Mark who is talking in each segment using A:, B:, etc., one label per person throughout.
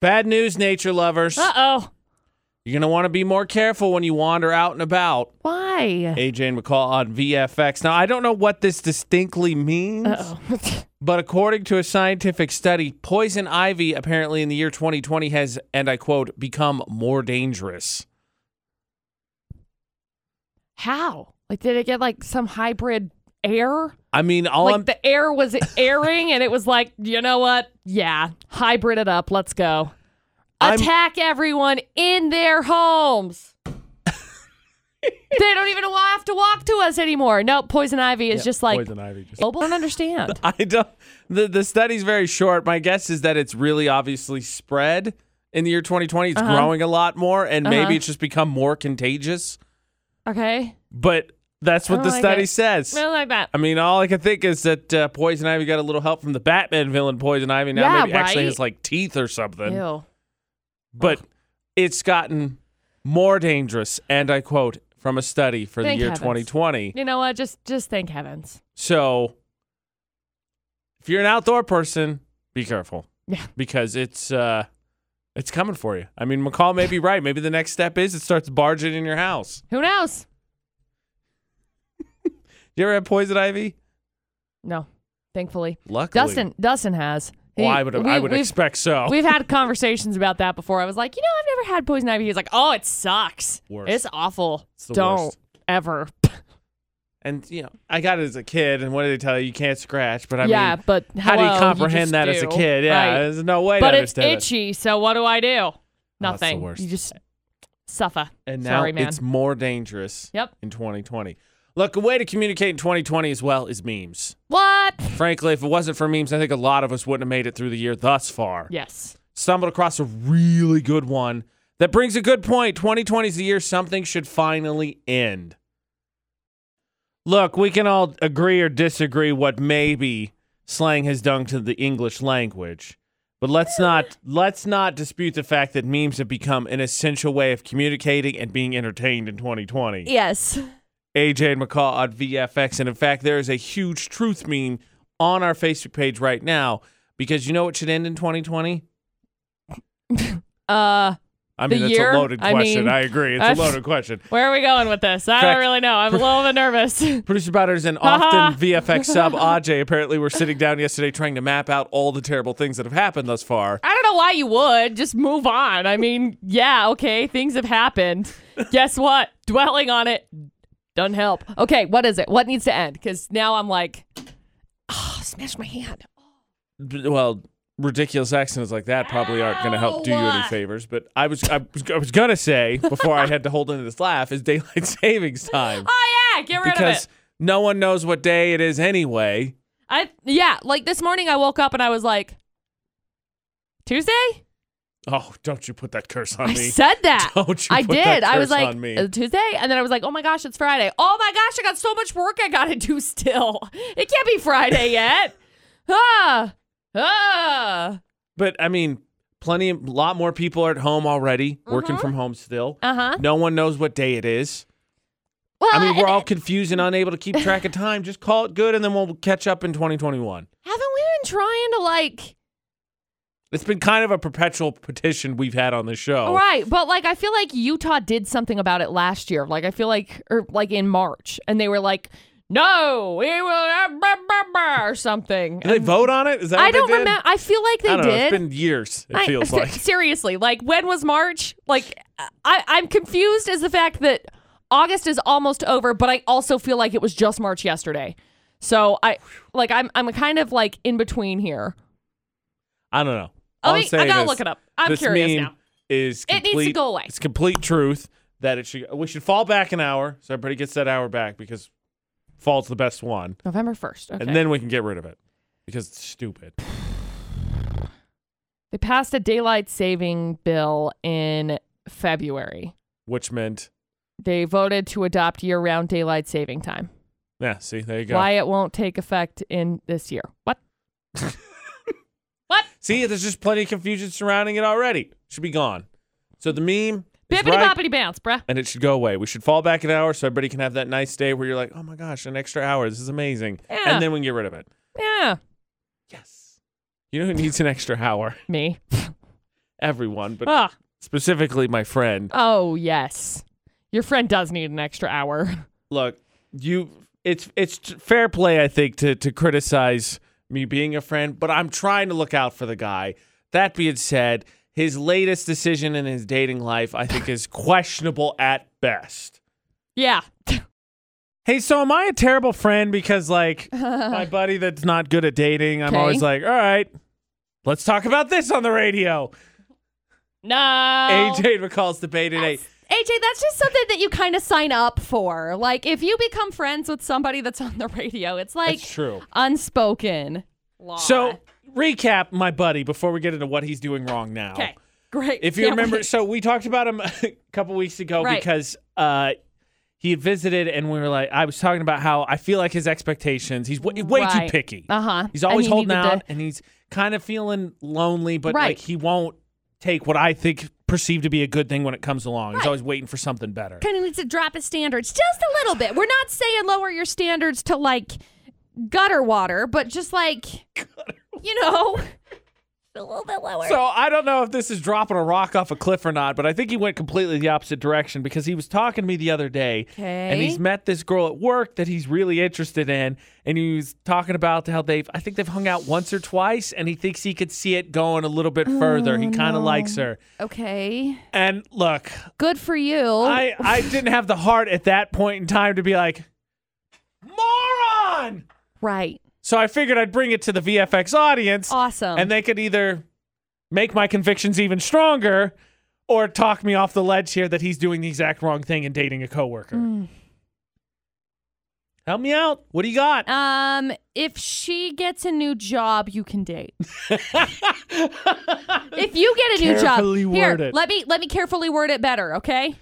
A: Bad news, nature lovers.
B: Uh oh.
A: You're going to want to be more careful when you wander out and about.
B: Why?
A: AJ and McCall on VFX. Now, I don't know what this distinctly means,
B: Uh oh.
A: but according to a scientific study, poison ivy apparently in the year 2020 has, and I quote, become more dangerous.
B: How? Like, did it get like some hybrid air?
A: I mean, all
B: like
A: I'm
B: the air was airing, and it was like, you know what? Yeah, hybrid it up. Let's go.
A: I'm-
B: Attack everyone in their homes. they don't even wa- have to walk to us anymore. No, poison ivy is just like
A: poison ivy. Just-
B: global. I don't understand.
A: I don't. The the study's very short. My guess is that it's really obviously spread in the year 2020. It's growing a lot more, and
B: Uh-huh.
A: maybe it's just become more contagious.
B: Okay,
A: But that's
B: Oh, I
A: what the
B: don't like
A: study
B: it.
A: says.
B: something like that.
A: I mean, all I can think is that uh, Poison Ivy got a little help from the Batman villain Poison Ivy. Now
B: Yeah,
A: maybe actually
B: right?
A: has like teeth or something.
B: Ew.
A: But it's gotten more dangerous. And I quote from a study for
B: Thank
A: the year
B: heavens.
A: 2020.
B: You know what? Just just thank heavens.
A: So if you're an outdoor person, be careful.
B: Yeah.
A: Because it's uh it's coming for you. I mean, McCall may be right. Maybe the next step is it starts barging in your house.
B: Who knows?
A: You ever have poison ivy?
B: No, thankfully.
A: Luckily.
B: Dustin Dustin has.
A: Well,
B: He-
A: I would
B: we-
A: I would
B: we've-
A: expect so.
B: We've had conversations about that before. I was like, you know, I've never had poison ivy. He's like, oh, it sucks.
A: Worst.
B: It's awful.
A: It's the
B: Don't
A: worst.
B: ever.
A: And you know, I got it as a kid and what did they tell you? You can't scratch, but I
B: yeah,
A: mean
B: but
A: how do you
B: hello,
A: comprehend
B: just
A: that as a
B: do.
A: kid? Yeah,
B: Right.
A: there's no way
B: but
A: to
B: it's
A: understand it. Oh,
B: itchy. So what do I do?
A: that's the
B: Nothing.
A: worst.
B: You just suffer.
A: And now
B: Sorry, man.
A: it's more dangerous
B: Yep.
A: in 2020. Look, a way to communicate in 2020 as well is memes.
B: What?
A: Frankly, if it wasn't for memes, I think a lot of us wouldn't have made it through the year thus far.
B: Yes.
A: Stumbled across a really good one that brings a good point. 2020 is the year something should finally end. Look, we can all agree or disagree what maybe slang has done to the English language. But let's not let's not dispute the fact that memes have become an essential way of communicating and being entertained in 2020.
B: Yes.
A: AJ and McCall on VFX. And in fact, there is a huge truth meme on our Facebook page right now because you know what should end in 2020?
B: Uh,
A: I
B: The
A: mean, that's
B: year?
A: a loaded
B: I
A: question.
B: mean,
A: I, agree. It's
B: I've-
A: a loaded question.
B: where are we going with this? I
A: Correct.
B: don't really know. I'm a little bit nervous.
A: Producer Butters and often VFX sub AJ apparently were sitting down yesterday trying to map out all the terrible things that have happened thus far.
B: I don't know why you would. Just move on. I mean, yeah, okay, things have happened. Guess what? Dwelling on it doesn't help. Okay, what is it? What needs to end? Because now I'm like, oh, smash my hand.
A: B- Well, ridiculous accents like that probably aren't going to help do you any
B: Ow.
A: favors. But I was I was, I was going to say before I had to hold into this laugh is daylight savings time
B: Oh yeah, get rid of
A: because
B: it.
A: no one knows what day it is anyway.
B: I yeah, like this morning I woke up and I was like, Tuesday?
A: Oh, don't you put that curse on
B: I
A: me.
B: said that.
A: Don't you
B: I
A: put
B: did.
A: that
B: I was
A: curse
B: like
A: on me.
B: "Uh, Tuesday, and then I was like, "Oh my gosh, it's Friday! Oh my gosh, I got so much work I gotta do still. It can't be Friday yet." ah, ah.
A: But I mean, plenty, a lot more people are at home already, working from home still.
B: Uh huh.
A: No one knows what day it is.
B: Well,
A: I mean, we're
B: and
A: all confused and unable to keep track of time. Just call it good, and then we'll catch up in 2021.
B: haven't we been trying to like?
A: It's been kind of a perpetual petition we've had on the show.
B: All right, but like I feel like Utah did something about it last year. Like I feel like, or like in March, and they were like, "No, we will," uh, blah, blah, blah," or something.
A: Did they vote on it? Is that
B: I
A: what they
B: don't
A: did?
B: remember. I feel like they
A: I don't
B: did.
A: know. It's been years. It
B: I-
A: feels
B: se-
A: like.
B: seriously, like when was March? Like I, I'm confused as the fact that August is almost over, but I also feel like it was just March yesterday. So I, like I'm, I'm kind of like in between here.
A: I don't know.
B: I
A: All I'm
B: mean, I
A: saying
B: gotta
A: is
B: look it up. I'm
A: this
B: curious
A: meme
B: now.
A: Is
B: It needs to
A: complete,
B: go away.
A: It's complete truth that it should. We should fall back an hour so everybody gets that hour back because fall's the best one,
B: November first. Okay.
A: and then we can get rid of it because it's stupid.
B: they passed a daylight saving bill in February.
A: Which meant,
B: They voted to adopt year-round daylight saving time.
A: yeah. See, there you go.
B: Why it won't take effect in this year? What? what?
A: See, there's just plenty of confusion surrounding it already. Should be gone. So the meme is
B: Bippity
A: right,
B: boppity bounce, bruh.
A: and it should go away. We should fall back an hour so everybody can have that nice day where you're like, oh my gosh, an extra hour. This is amazing.
B: Yeah.
A: And then we can get rid of it.
B: Yeah.
A: Yes. You know who needs an extra hour?
B: Me.
A: everyone, but
B: Ah.
A: specifically my friend.
B: Oh, yes. Your friend does need an extra hour.
A: Look, you it's it's t- fair play I think to to criticize me being a friend, but I'm trying to look out for the guy. That being said, his latest decision in his dating life I think is questionable at best.
B: Yeah.
A: Hey, so am I a terrible friend because like my buddy that's not good at dating, I'm
B: Okay.
A: always like, "All right, let's talk about this on the radio."
B: No. Oh.
A: AJ recalls debate today.
B: AJ, that's just something that you kind of sign up for. Like, if you become friends with somebody that's on the radio, it's like
A: That's true.
B: unspoken law.
A: So, recap my buddy before we get into what he's doing wrong now.
B: okay, great.
A: If you
B: Can't
A: remember,
B: wait.
A: so we talked about him a couple weeks ago
B: Right.
A: because uh, he had visited and we were like, I was talking about how I feel like his expectations, he's way, way too
B: Right.
A: picky.
B: Uh-huh.
A: He's always
B: And he
A: holding
B: needed to-
A: out and he's kind of feeling lonely, but
B: Right.
A: like he won't take what I think perceived to be a good thing when it comes along. He's always waiting for something better.
B: kind of needs to drop his standards just a little bit. We're not saying lower your standards to like gutter water, but just like you know, a little bit lower.
A: So I don't know if this is dropping a rock off a cliff or not, but I think he went completely the opposite direction because he was talking to me the other day, and
B: Okay.
A: he's met this girl at work that he's really interested in, and he was talking about how they've I think they've hung out once or twice, and he thinks he could see it going a little bit further. he kind of likes her,
B: okay,
A: and look,
B: good for you.
A: I I didn't have the heart at that point in time to be like, moron.
B: right,
A: So I figured I'd bring it to the VFX audience
B: awesome.
A: and they could either make my convictions even stronger or talk me off the ledge here that he's doing the exact wrong thing and dating a coworker.
B: Hmm.
A: Help me out. What do you got?
B: um, if she gets a new job, you can date. if you get a new
A: Carefully
B: job,
A: word
B: here,
A: it.
B: let me let me carefully word it better, okay?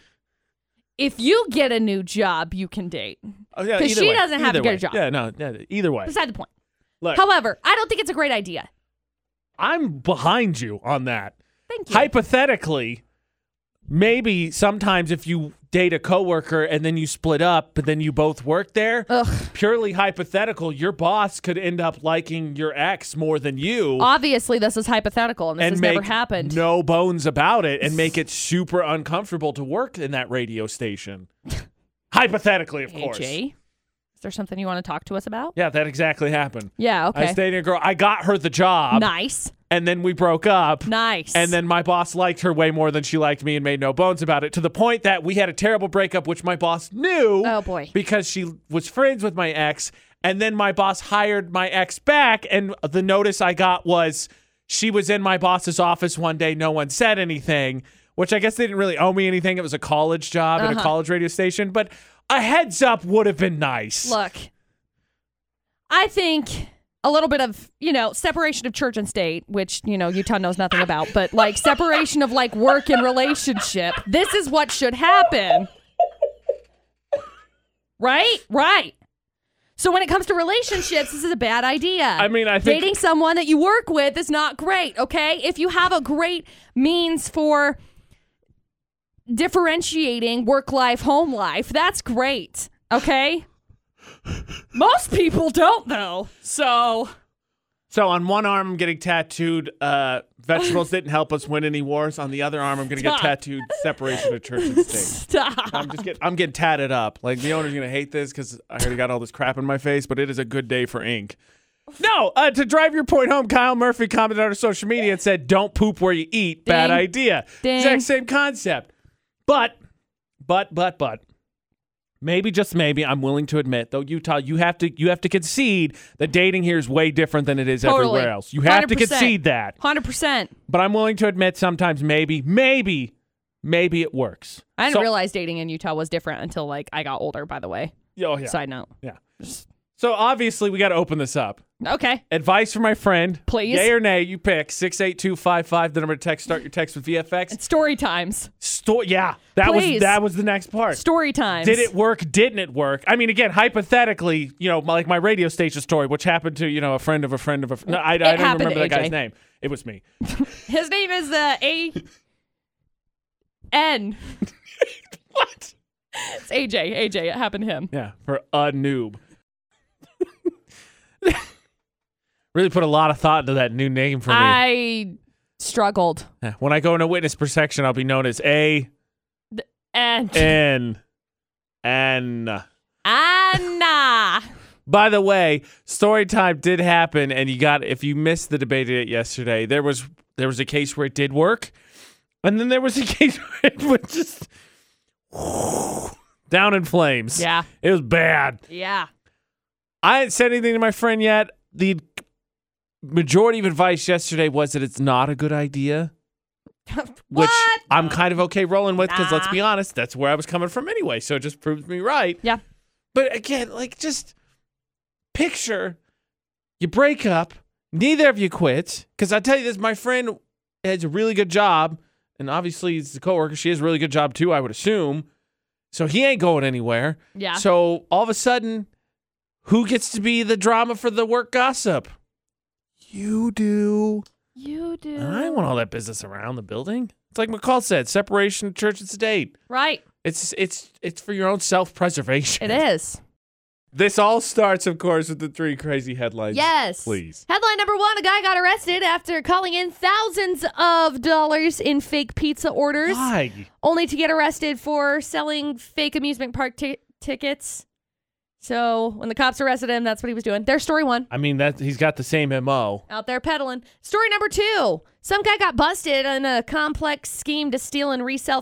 B: If you get a new job, you can date.
A: Oh, yeah,
B: 'Cause
A: either
B: she
A: way.
B: doesn't have
A: Either
B: to get a
A: way.
B: job.
A: Yeah, no, yeah, either way.
B: Beside the point.
A: Look,
B: However, I don't think it's a great idea.
A: I'm behind you on that.
B: Thank you.
A: Hypothetically, maybe sometimes if you date a coworker and then you split up, but then you both work there,
B: Ugh.
A: purely hypothetical, your boss could end up liking your ex more than you.
B: Obviously, this is hypothetical, and this
A: and
B: has
A: make
B: never happened.
A: no bones about it and make it super uncomfortable to work in that radio station. Hypothetically, of course.
B: AJ, is there something you want to talk to us about?
A: Yeah, that exactly happened.
B: Yeah.
A: I
B: Okay.
A: was dating a girl. I got her the job,
B: nice.
A: and then we broke up.
B: Nice.
A: And then my boss liked her way more than she liked me and made no bones about it to the point that we had a terrible breakup, which my boss knew.
B: Oh, boy.
A: Because she was friends with my ex. And then my boss hired my ex back. And the notice I got was she was in my boss's office one day. No one said anything, which I guess they didn't really owe me anything. It was a college job
B: Uh-huh.
A: at a college radio station. But a heads up would have been nice.
B: look, I think a little bit of you know separation of church and state, which you know Utah knows nothing about, but like separation of like work and relationship. This is what should happen. Right. Right. So when it comes to relationships, this is a bad idea.
A: I mean, I think
B: dating someone that you work with is not great, okay? If you have a great means for differentiating work life, home life, that's great, okay? Most people don't, though. So,
A: so. On one arm, I'm getting tattooed. Uh, vegetables didn't help us win any wars. On the other arm, I'm going to get
B: Stop.
A: tattooed. Separation of church and state.
B: stop.
A: I'm just getting I'm getting tatted up. Like the owner's gonna hate this because I already got all this crap in my face, but it is a good day for ink. No, uh, to drive your point home, Kyle Murphy commented on our social media and said, "Don't poop where you eat. Bad
B: Ding.
A: idea."
B: Ding.
A: Exact same concept, but, but, but, but. Maybe just maybe I'm willing to admit though Utah you have to you have to concede that dating here is way different than it is
B: Totally.
A: everywhere else. You have to
B: 100%.
A: concede that.
B: 100%.
A: But I'm willing to admit sometimes maybe maybe maybe it works.
B: I didn't
A: So-
B: realize dating in Utah was different until like I got older, by the way.
A: Oh, yeah.
B: Side note.
A: Yeah. So obviously, we got to open this up.
B: Okay.
A: Advice from my friend.
B: Please.
A: Yay or nay, you pick 68255, the number to text. Start your text with VFX.
B: It's story times.
A: Sto- yeah, that was
B: Please.
A: that was the next part.
B: Story times.
A: Did it work? Didn't it work? I mean, again, hypothetically, you know, my- like my radio station story, which happened to, you know, a friend of a friend of a friend. No, I, I don't
B: happened
A: remember that
B: to
A: guy's
B: AJ.
A: name. It was me.
B: His name is uh, A N.
A: What?
B: It's AJ. AJ. It happened to him.
A: Yeah, for a noob. really put a lot of thought into that new name for me.
B: I struggled.
A: Eh, When I go into witness protection, I'll be known as A
B: And
A: N N.
B: Anna.
A: By the way, story time did happen, and you got if you missed the debate it yesterday, there was there was a case where it did work, and then there was a case where it was just down in flames.
B: Yeah.
A: it was bad.
B: Yeah.
A: I hadn't said anything to my friend yet. The majority of advice yesterday was that it's not a good idea,
B: what?
A: which I'm kind of okay rolling with because let's
B: Nah.
A: be honest, that's where I was coming from anyway. So it just proves me right.
B: Yeah.
A: But again, like just picture you break up, neither of you quit. Because I tell you this, my friend has a really good job, and obviously he's a coworker. She has a really good job too, I would assume. So he ain't going anywhere.
B: Yeah.
A: So all of a sudden, who gets to be the drama for the work gossip? You do.
B: you do.
A: And I don't want all that business around the building. It's like McCall said, separation of church and state.
B: Right.
A: It's it's it's for your own self preservation.
B: It is.
A: This all starts, of course, with the three crazy headlines.
B: Yes.
A: Please.
B: Headline number one A guy got arrested after calling in thousands of dollars in fake pizza orders,
A: Why?
B: only to get arrested for selling fake amusement park ti- tickets. So when the cops arrested him, that's what he was doing. There's story one.
A: I mean that he's got the same MO.
B: Out there peddling. Story number two Some guy got busted in a complex scheme to steal and resell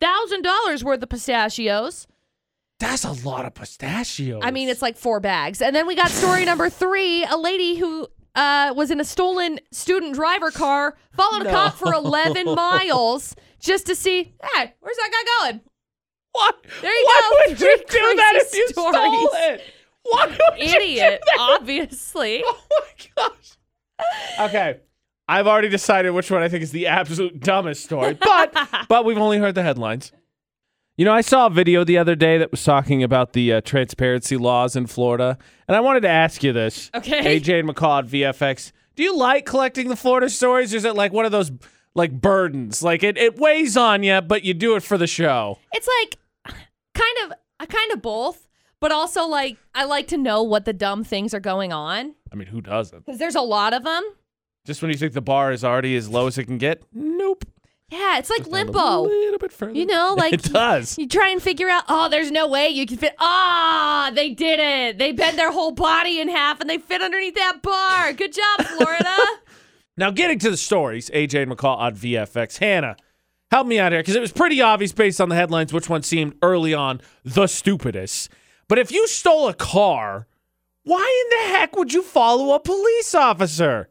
B: $300,000 worth of pistachios.
A: That's a lot of pistachios.
B: I mean, it's like four bags. And then we got story number three a lady who uh, was in a stolen student driver car, followed a cop for 11 miles just to see, hey, where's that guy going?
A: what?
B: There you
A: Why
B: go.
A: would
B: Three
A: you do that
B: crazy
A: if you
B: stories.
A: stole it? Why would
B: Idiot,
A: You do that?
B: obviously.
A: Oh my gosh. Okay. I've already decided which one I think is the absolute dumbest story, but but we've only heard the headlines. You know, I saw a video the other day that was talking about the uh, transparency laws in Florida, and I wanted to ask you this.
B: Okay.
A: AJ and McCall at VFX. Do you like collecting the Florida stories? Or is it like one of those like burdens? Like it, it weighs on you, but you do it for the show.
B: It's like kind of, I kind of both, but also like I like to know what the dumb things are going on
A: I mean, who doesn't?
B: because there's a lot of them.
A: Just when you think the bar is already as low as it can get, nope.
B: Yeah, it's like
A: A
B: limbo.
A: little bit further.
B: You know, like
A: it does.
B: You try and figure out, oh, there's no way you can fit. Ah, they did it. They bend their whole body in half and they fit underneath that bar. Good job, Florida.
A: Now, getting to the stories, AJ and McCall on VFX. Hannah, help me out here because it was pretty obvious based on the headlines which one seemed early on the stupidest. But if you stole a car, why in the heck would you follow a police officer?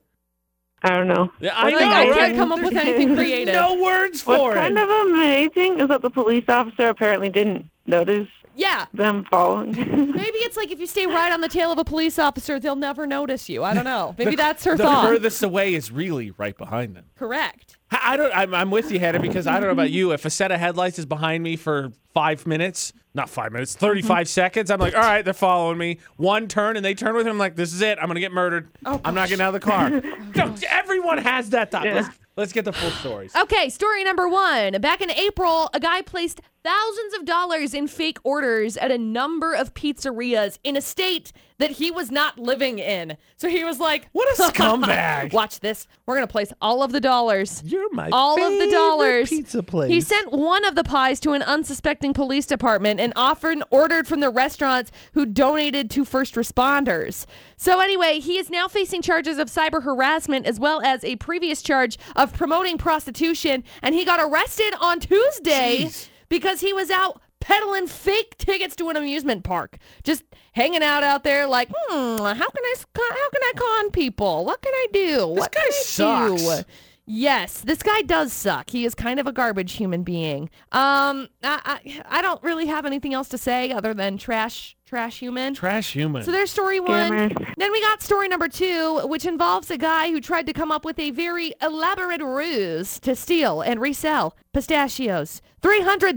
C: I don't know.
A: I
B: like,
A: know,
B: I
A: right?
B: can't come up with anything creative.
A: No words
C: What's
A: for
C: kind
A: it.
C: of amazing is that the police officer apparently didn't notice
B: Yeah.
C: them falling.
B: Maybe it's like if you stay right on the tail of a police officer, they'll never notice you. I don't know. Maybe that's her
A: the
B: thought.
A: furthest away is really right behind them.
B: Correct.
A: I I don't. I'm, I'm with you, Hannah, because I don't know about you. If a set of headlights is behind me for five minutes, not five minutes,
B: Mm-hmm.
A: 35 seconds, I'm like, all right, they're following me. One turn and they turn with him. I'm like, this is it. I'm gonna get murdered.
B: Oh,
A: I'm not getting out of the car. Don't- Everyone has that thought. Let's, let's get the full stories.
B: Okay, story number one. Back in April, a guy placed thousands of dollars in fake orders at a number of pizzerias in a state that he was not living in. So he was like,
A: What a scumbag.
B: Watch this. We're going to place all of the dollars.
A: You're my
B: All of
A: favorite
B: the dollars.
A: pizza place.
B: He sent one of the pies to an unsuspecting police department and often ordered from the restaurants who donated to first responders. So anyway, he is now facing charges of cyber harassment as well as a previous charge of promoting prostitution and he got arrested on Tuesday
A: Jeez.
B: because he was out peddling fake tickets to an amusement park. Just hanging out out there like, "Hmm, how can I s- con- how can I con people? What can I do? what
A: guy
B: can I do?"
A: sucks.
B: Yes, this guy does suck. He is kind of a garbage human being. Um, I, I I don't really have anything else to say other than trash, trash human.
A: Trash human.
B: So there's story one.
C: Scammers.
B: Then we got story number two, which involves a guy who tried to come up with a very elaborate ruse to steal and resell pistachios.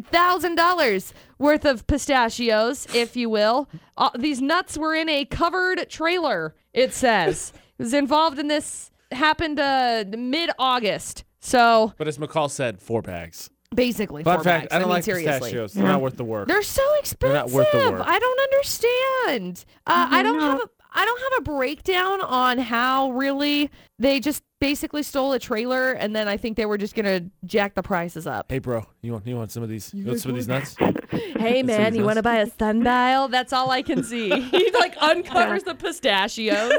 B: $300,000 worth of pistachios, if you will. Uh, these nuts were in a covered trailer, it says. it was involved in this, happened uh, mid-August. So
A: but as McCall said, four bags.
B: basically,
A: Fun
B: four
A: fact:
B: bags.
A: I don't
B: mean,
A: like
B: seriously. Mm-hmm.
A: pistachios. They're not worth the work.
B: They're so expensive.
A: not worth the work.
B: I don't understand. Uh, I don't have a. I don't have a breakdown on how really they just basically stole a trailer and then I think they were just gonna jack the prices up.
A: Hey, bro, you want you want some of these? You want some of these nuts?
B: Hey
A: That's what
B: man,
A: he says.
B: you want to buy a sundial? That's all I can see. he like uncovers the pistachios.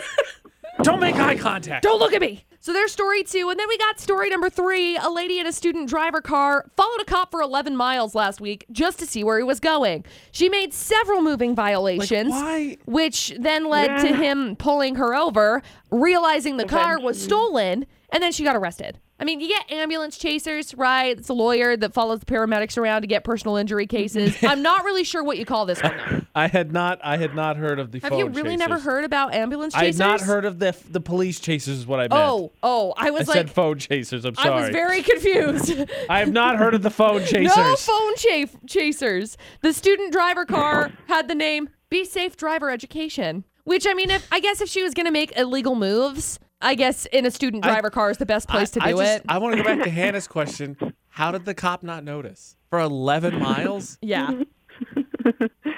A: Don't make eye contact.
B: Don't look at me. So there's story two, and then we got story number three. A lady in a student driver car followed a cop for 11 miles last week just to see where he was going. She made several moving violations,
A: why?
B: which then led to
C: Yeah.
B: him pulling her over, realizing the car was stolen, and then she got arrested. I mean, you get ambulance chasers, right? It's a lawyer that follows the paramedics around to get personal injury cases. I'm not really sure what you call this one. though.
A: I had not. I had not heard of the.
B: Have you
A: phone
B: really
A: chasers.
B: never heard about ambulance
A: I had
B: chasers?
A: not heard of the the police chasers. Is what I meant.
B: Oh, oh, I was
A: I
B: like,
A: said phone chasers. I'm sorry.
B: I was very confused.
A: I have not heard of the phone chasers.
B: no phone cha- chasers. The student driver car had the name Be Safe Driver Education, which I mean, if I guess if she was going to make illegal moves, I guess in a student
A: I-
B: driver car is the best place to
A: I,
B: do
A: I just-
B: it.
A: I want to go back to Hannah's question. How did the cop not notice for 11 miles?
B: yeah.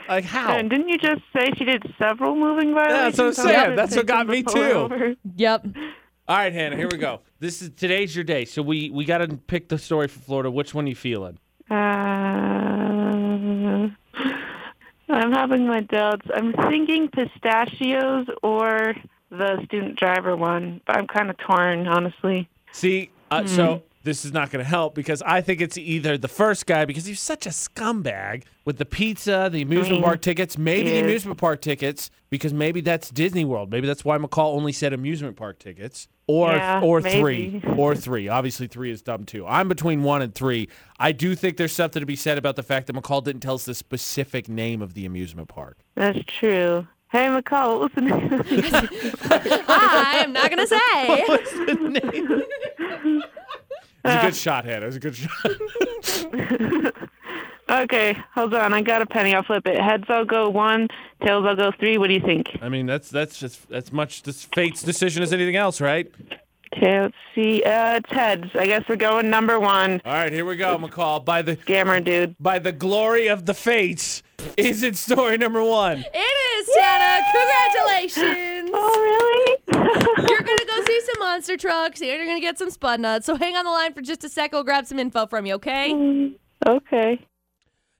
A: Like how?
C: And didn't you just say she did several moving violations?
A: that's what I'm
C: How did
A: saying.
C: it
A: That's what
C: take
A: got
C: them
A: me
C: to pull her
A: too.
C: over?
B: Yep.
A: All right, Hannah. Here we go. This is today's your day. So we we got to pick the story for Florida. Which one you feeling?
C: Uh, I'm having my doubts. I'm thinking pistachios or the student driver one, but I'm kind of torn, honestly.
A: See,
C: Hmm.
A: uh, so this is not going to help because I think it's either the first guy because he's such a scumbag with the pizza, the amusement park tickets, maybe the
C: Hmm. yeah.
A: amusement park tickets because maybe that's Disney World. Maybe that's why McCall only said amusement park tickets or
C: Yeah,
A: or
C: maybe.
A: 3 or 3. Obviously 3 is dumb too. I'm between 1 and 3. I do think there's something to be said about the fact that McCall didn't tell us the specific name of the amusement park.
C: That's true. Hey, McCall, what was the name?
B: I am not going to say.
A: It was a good shot, Hannah. It was a good shot.
C: okay, hold on. I got a penny. I'll flip it. Heads, I'll go one. Tails, I'll go three. What do you think?
A: I mean, that's that's just that's much this fate's decision as anything else, right?
C: Okay, let's see. Uh, it's heads. I guess we're going number one.
A: All right, here we go, McCall. By the
C: Scammer, dude.
A: by the glory of the fates, is it story number one?
B: It is, Tana. Congratulations.
C: Oh, really?
B: You're going to go see some monster trucks and you're going to get some spud nuts. So hang on the line for just a sec. We'll grab some info from you,
C: Mm.
B: okay?
C: okay.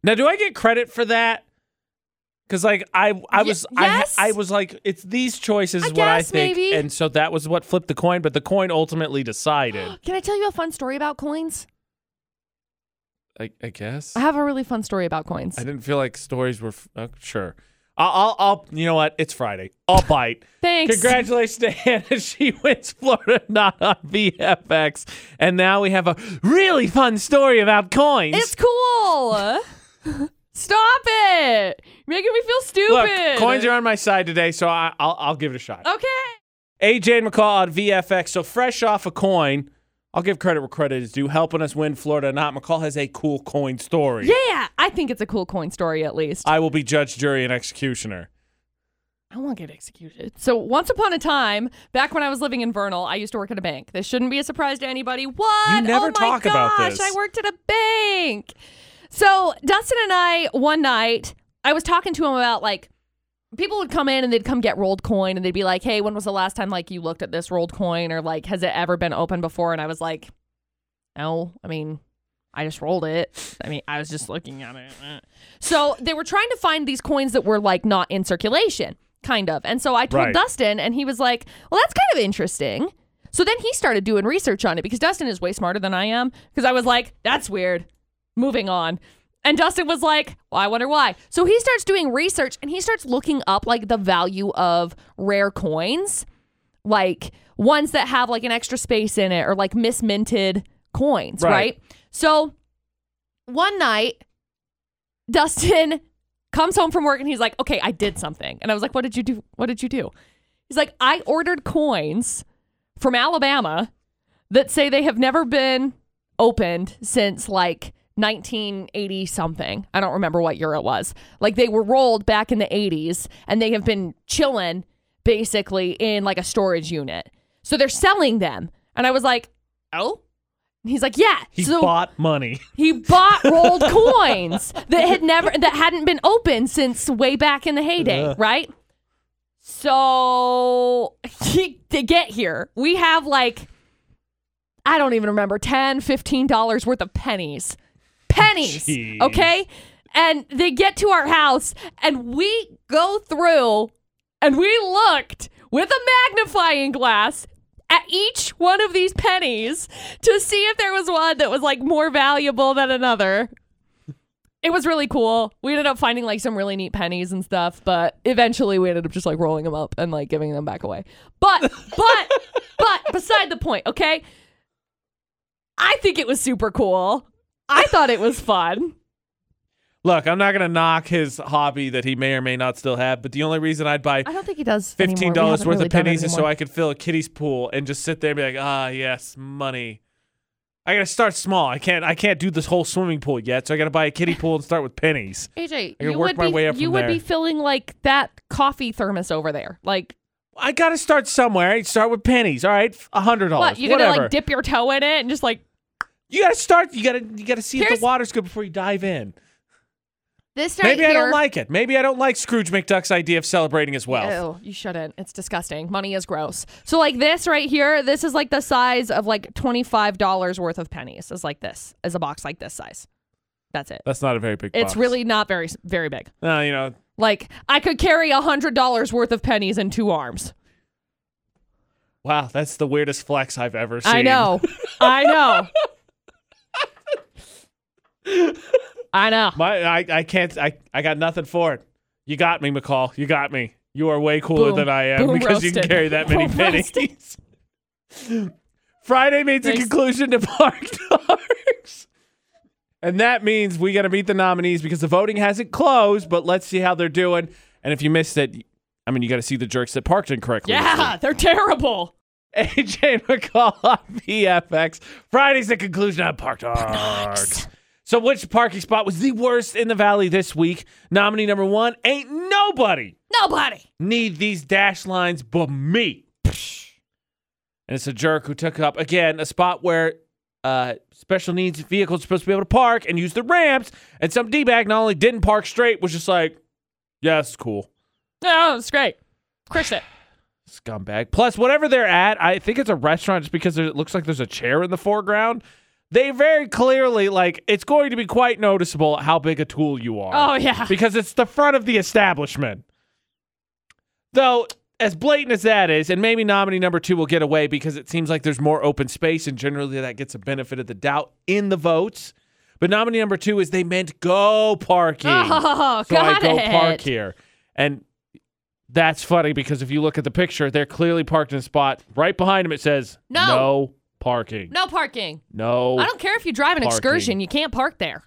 A: Now, do I get credit for that? Because like I, I
B: Ye-
A: was,
B: yes?
A: I, I was like, it's these choices
B: I
A: is what I
B: guess,
A: think,
B: maybe.
A: and so that was what flipped the coin. But the coin ultimately decided.
B: Can I tell you a fun story about coins?
A: I, I guess
B: I have a really fun story about coins.
A: I didn't feel like stories were. F- uh, sure, I'll, I'll, I'll, you know what? It's Friday. I'll bite.
B: Thanks.
A: Congratulations to Hannah. She wins Florida not on VFX. And now we have a really fun story about coins.
B: It's cool. Stop it. You're making me feel stupid.
A: Look, coins are on my side today, so I, I'll, I'll give it a shot.
B: Okay.
A: AJ and McCall on VFX. So fresh off a coin, I'll give credit where credit is due, helping us win Florida not. McCall has a cool coin story.
B: Yeah, I think it's a cool coin story at least.
A: I will be judge, jury, and executioner.
B: I won't get executed. So, once upon a time, back when I was living in Vernal, I used to work at a bank. This shouldn't be a surprise to anybody. What?
A: You never
B: oh my
A: talk about
B: gosh,
A: this.
B: I worked at a bank. So, Dustin and I, one night, I was talking to him about like people would come in and they'd come get rolled coin and they'd be like, "Hey, when was the last time like you looked at this rolled coin or like has it ever been opened before?" And I was like, "No, I mean, I just rolled it. I mean, I was just looking at it." So they were trying to find these coins that were like not in circulation, kind of. And so I told
A: Right.
B: Dustin, and he was like, "Well, that's kind of interesting." So then he started doing research on it because Dustin is way smarter than I am. Because I was like, "That's weird." Moving on. And Dustin was like, well, I wonder why. So he starts doing research and he starts looking up like the value of rare coins, like ones that have like an extra space in it or like misminted coins,
A: Right.
B: right? So one night, Dustin comes home from work and he's like, okay, I did something. And I was like, what did you do? What did you do? He's like, I ordered coins from Alabama that say they have never been opened since like 1980 something. I don't remember what year it was. Like they were rolled back in the 80s and they have been chilling basically in like a storage unit. So they're selling them. And I was like, oh? And he's like, yeah.
A: He
B: so
A: bought money.
B: he bought rolled
A: Uh-huh.
B: coins that had never that hadn't been opened since way back in the heyday,
A: Yeah.
B: right? So he, to get here, we have like, I don't even remember, $10, $15 worth of pennies. Pennies.
A: Jeez.
B: Okay. And they get to our house and we go through and we looked with a magnifying glass at each one of these pennies to see if there was one that was like more valuable than another. It was really cool. We ended up finding like some really neat pennies and stuff, but eventually we ended up just like rolling them up and like giving them back away. But, but, but, beside the point, okay? I think it was super cool. I thought it was fun.
A: Look, I'm not going to knock his hobby that he may or may not still have, but the only reason I'd buy
B: I don't think he does.
A: fifteen dollars worth of pennies is so I could fill a kiddie's pool and just sit there and be like, ah, yes, money. I gotta start small. I can't. I can't do this whole swimming pool yet, so I gotta buy a kiddie pool and start with pennies.
B: AJ,
A: I can
B: you
A: work
B: would
A: my
B: be
A: way up
B: you
A: from
B: would
A: there.
B: be filling like that coffee thermos over there. Like
A: I gotta start somewhere. I start with pennies. All right, a hundred dollars.
B: what? You're
A: Whatever.
B: gonna like dip your toe in it and just like
A: you gotta start. You gotta. You gotta see if
B: Here's-
A: the water's good before you dive in.
B: this right
A: Maybe I
B: here.
A: don't like it. Maybe I don't like Scrooge McDuck's idea of celebrating his wealth.
B: Ew, you shouldn't. It's disgusting. Money is gross. So like this right here, this is like the size of like twenty five dollars worth of pennies. Is like this. Is a box like this size. That's it.
A: That's not a very big.
B: It's
A: box.
B: really not very very big.
A: No, you know.
B: Like I could carry a hundred dollars worth of pennies in two arms.
A: Wow, that's the weirdest flex I've ever seen.
B: I know. I know. I know.
A: My, I, I can't. I, I got nothing for it. You got me, McCall. You got me. You are way cooler
B: Boom.
A: than I am
B: Boom
A: because you can
B: roasted.
A: carry that many
B: Boom
A: pennies. Friday means a
B: Thanks.
A: conclusion to Park Dogs. And that means we got to meet the nominees because the voting hasn't closed, but let's see how they're doing. And if you missed it, I mean, you got to see the jerks that parked incorrectly. this week.
B: Yeah, they're terrible.
A: AJ and McCall on VFX. Friday's the conclusion on Park Dogs. So, which parking spot was the worst in the valley this week? Nominee number one ain't nobody
B: Nobody.
A: need these dash lines but me. And it's a jerk who took up, again, a spot where uh, special needs vehicles are supposed to be able to park and use the ramps. And some D bag not only didn't park straight, was just like, yeah, this is cool.
B: No, Oh, it's great. Crush it.
A: scumbag. Plus, whatever they're at, I think it's a restaurant just because there, it looks like there's a chair in the foreground. They very clearly like it's going to be quite noticeable how big a tool you are.
B: Oh yeah.
A: Because it's the front of the establishment. Though, as blatant as that is, and maybe nominee number two will get away because it seems like there's more open space, and generally that gets a benefit of the doubt in the votes. But nominee number two is they meant go parking
B: Oh,
A: so
B: got
A: I go
B: it.
A: park here. And that's funny because if you look at the picture, they're clearly parked in a spot right behind them. It says
B: No.
A: parking.
B: No parking.
A: No,
B: I don't care if you drive an
A: Oh. Parking.
B: excursion, you can't park there.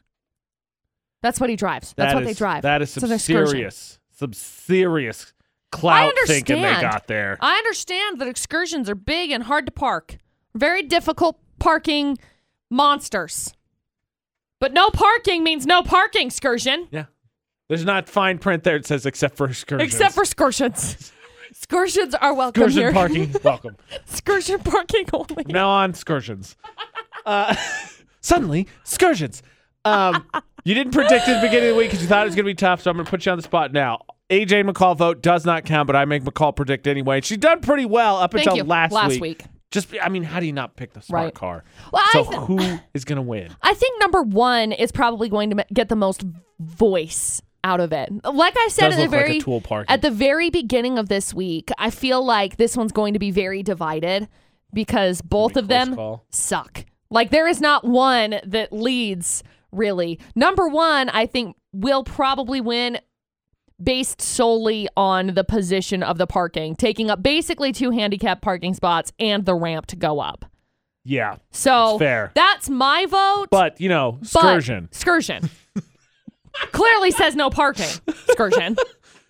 B: That's what he drives. That's
A: That
B: what they
A: is-
B: drive.
A: That is some
B: It's an excursion.
A: serious, some serious clout thinking they
B: understand.
A: got there.
B: I understand that excursions are big and hard to park. Very difficult parking monsters. But no parking means no parking excursion.
A: yeah, there's not fine print there. It says except for excursions.
B: Except for excursions. Excursions are welcome
A: excursion
B: here.
A: parking. Welcome.
B: excursion parking only.
A: Now on excursions. Uh, suddenly, excursions. Um, you didn't predict at the beginning of the week because you thought it was going to be tough, so I'm going to put you on the spot now. AJ and McCall vote does not count, but I make McCall predict anyway. She's done pretty well up
B: Thank
A: until
B: you.
A: last,
B: Last
A: week.
B: week.
A: Just, I mean, how do you not pick the smart
B: Right.
A: car?
B: Well, I
A: so
B: th-
A: who is going to win?
B: I think number one is probably going to m- get the most voice out of it. Like I said
A: Does
B: at the
A: look like a
B: very
A: tool park.
B: at the very beginning of this week, I feel like this one's going to be very divided because both
A: be
B: of
A: close
B: them
A: call.
B: suck. Like there is not one that leads really. Number one, I think will probably win based solely on the position of the parking, taking up basically two handicapped parking spots and the ramp to go up.
A: Yeah,
B: So
A: fair.
B: that's my vote.
A: but you know, excursion.
B: But, excursion. Clearly says no parking. Excursion.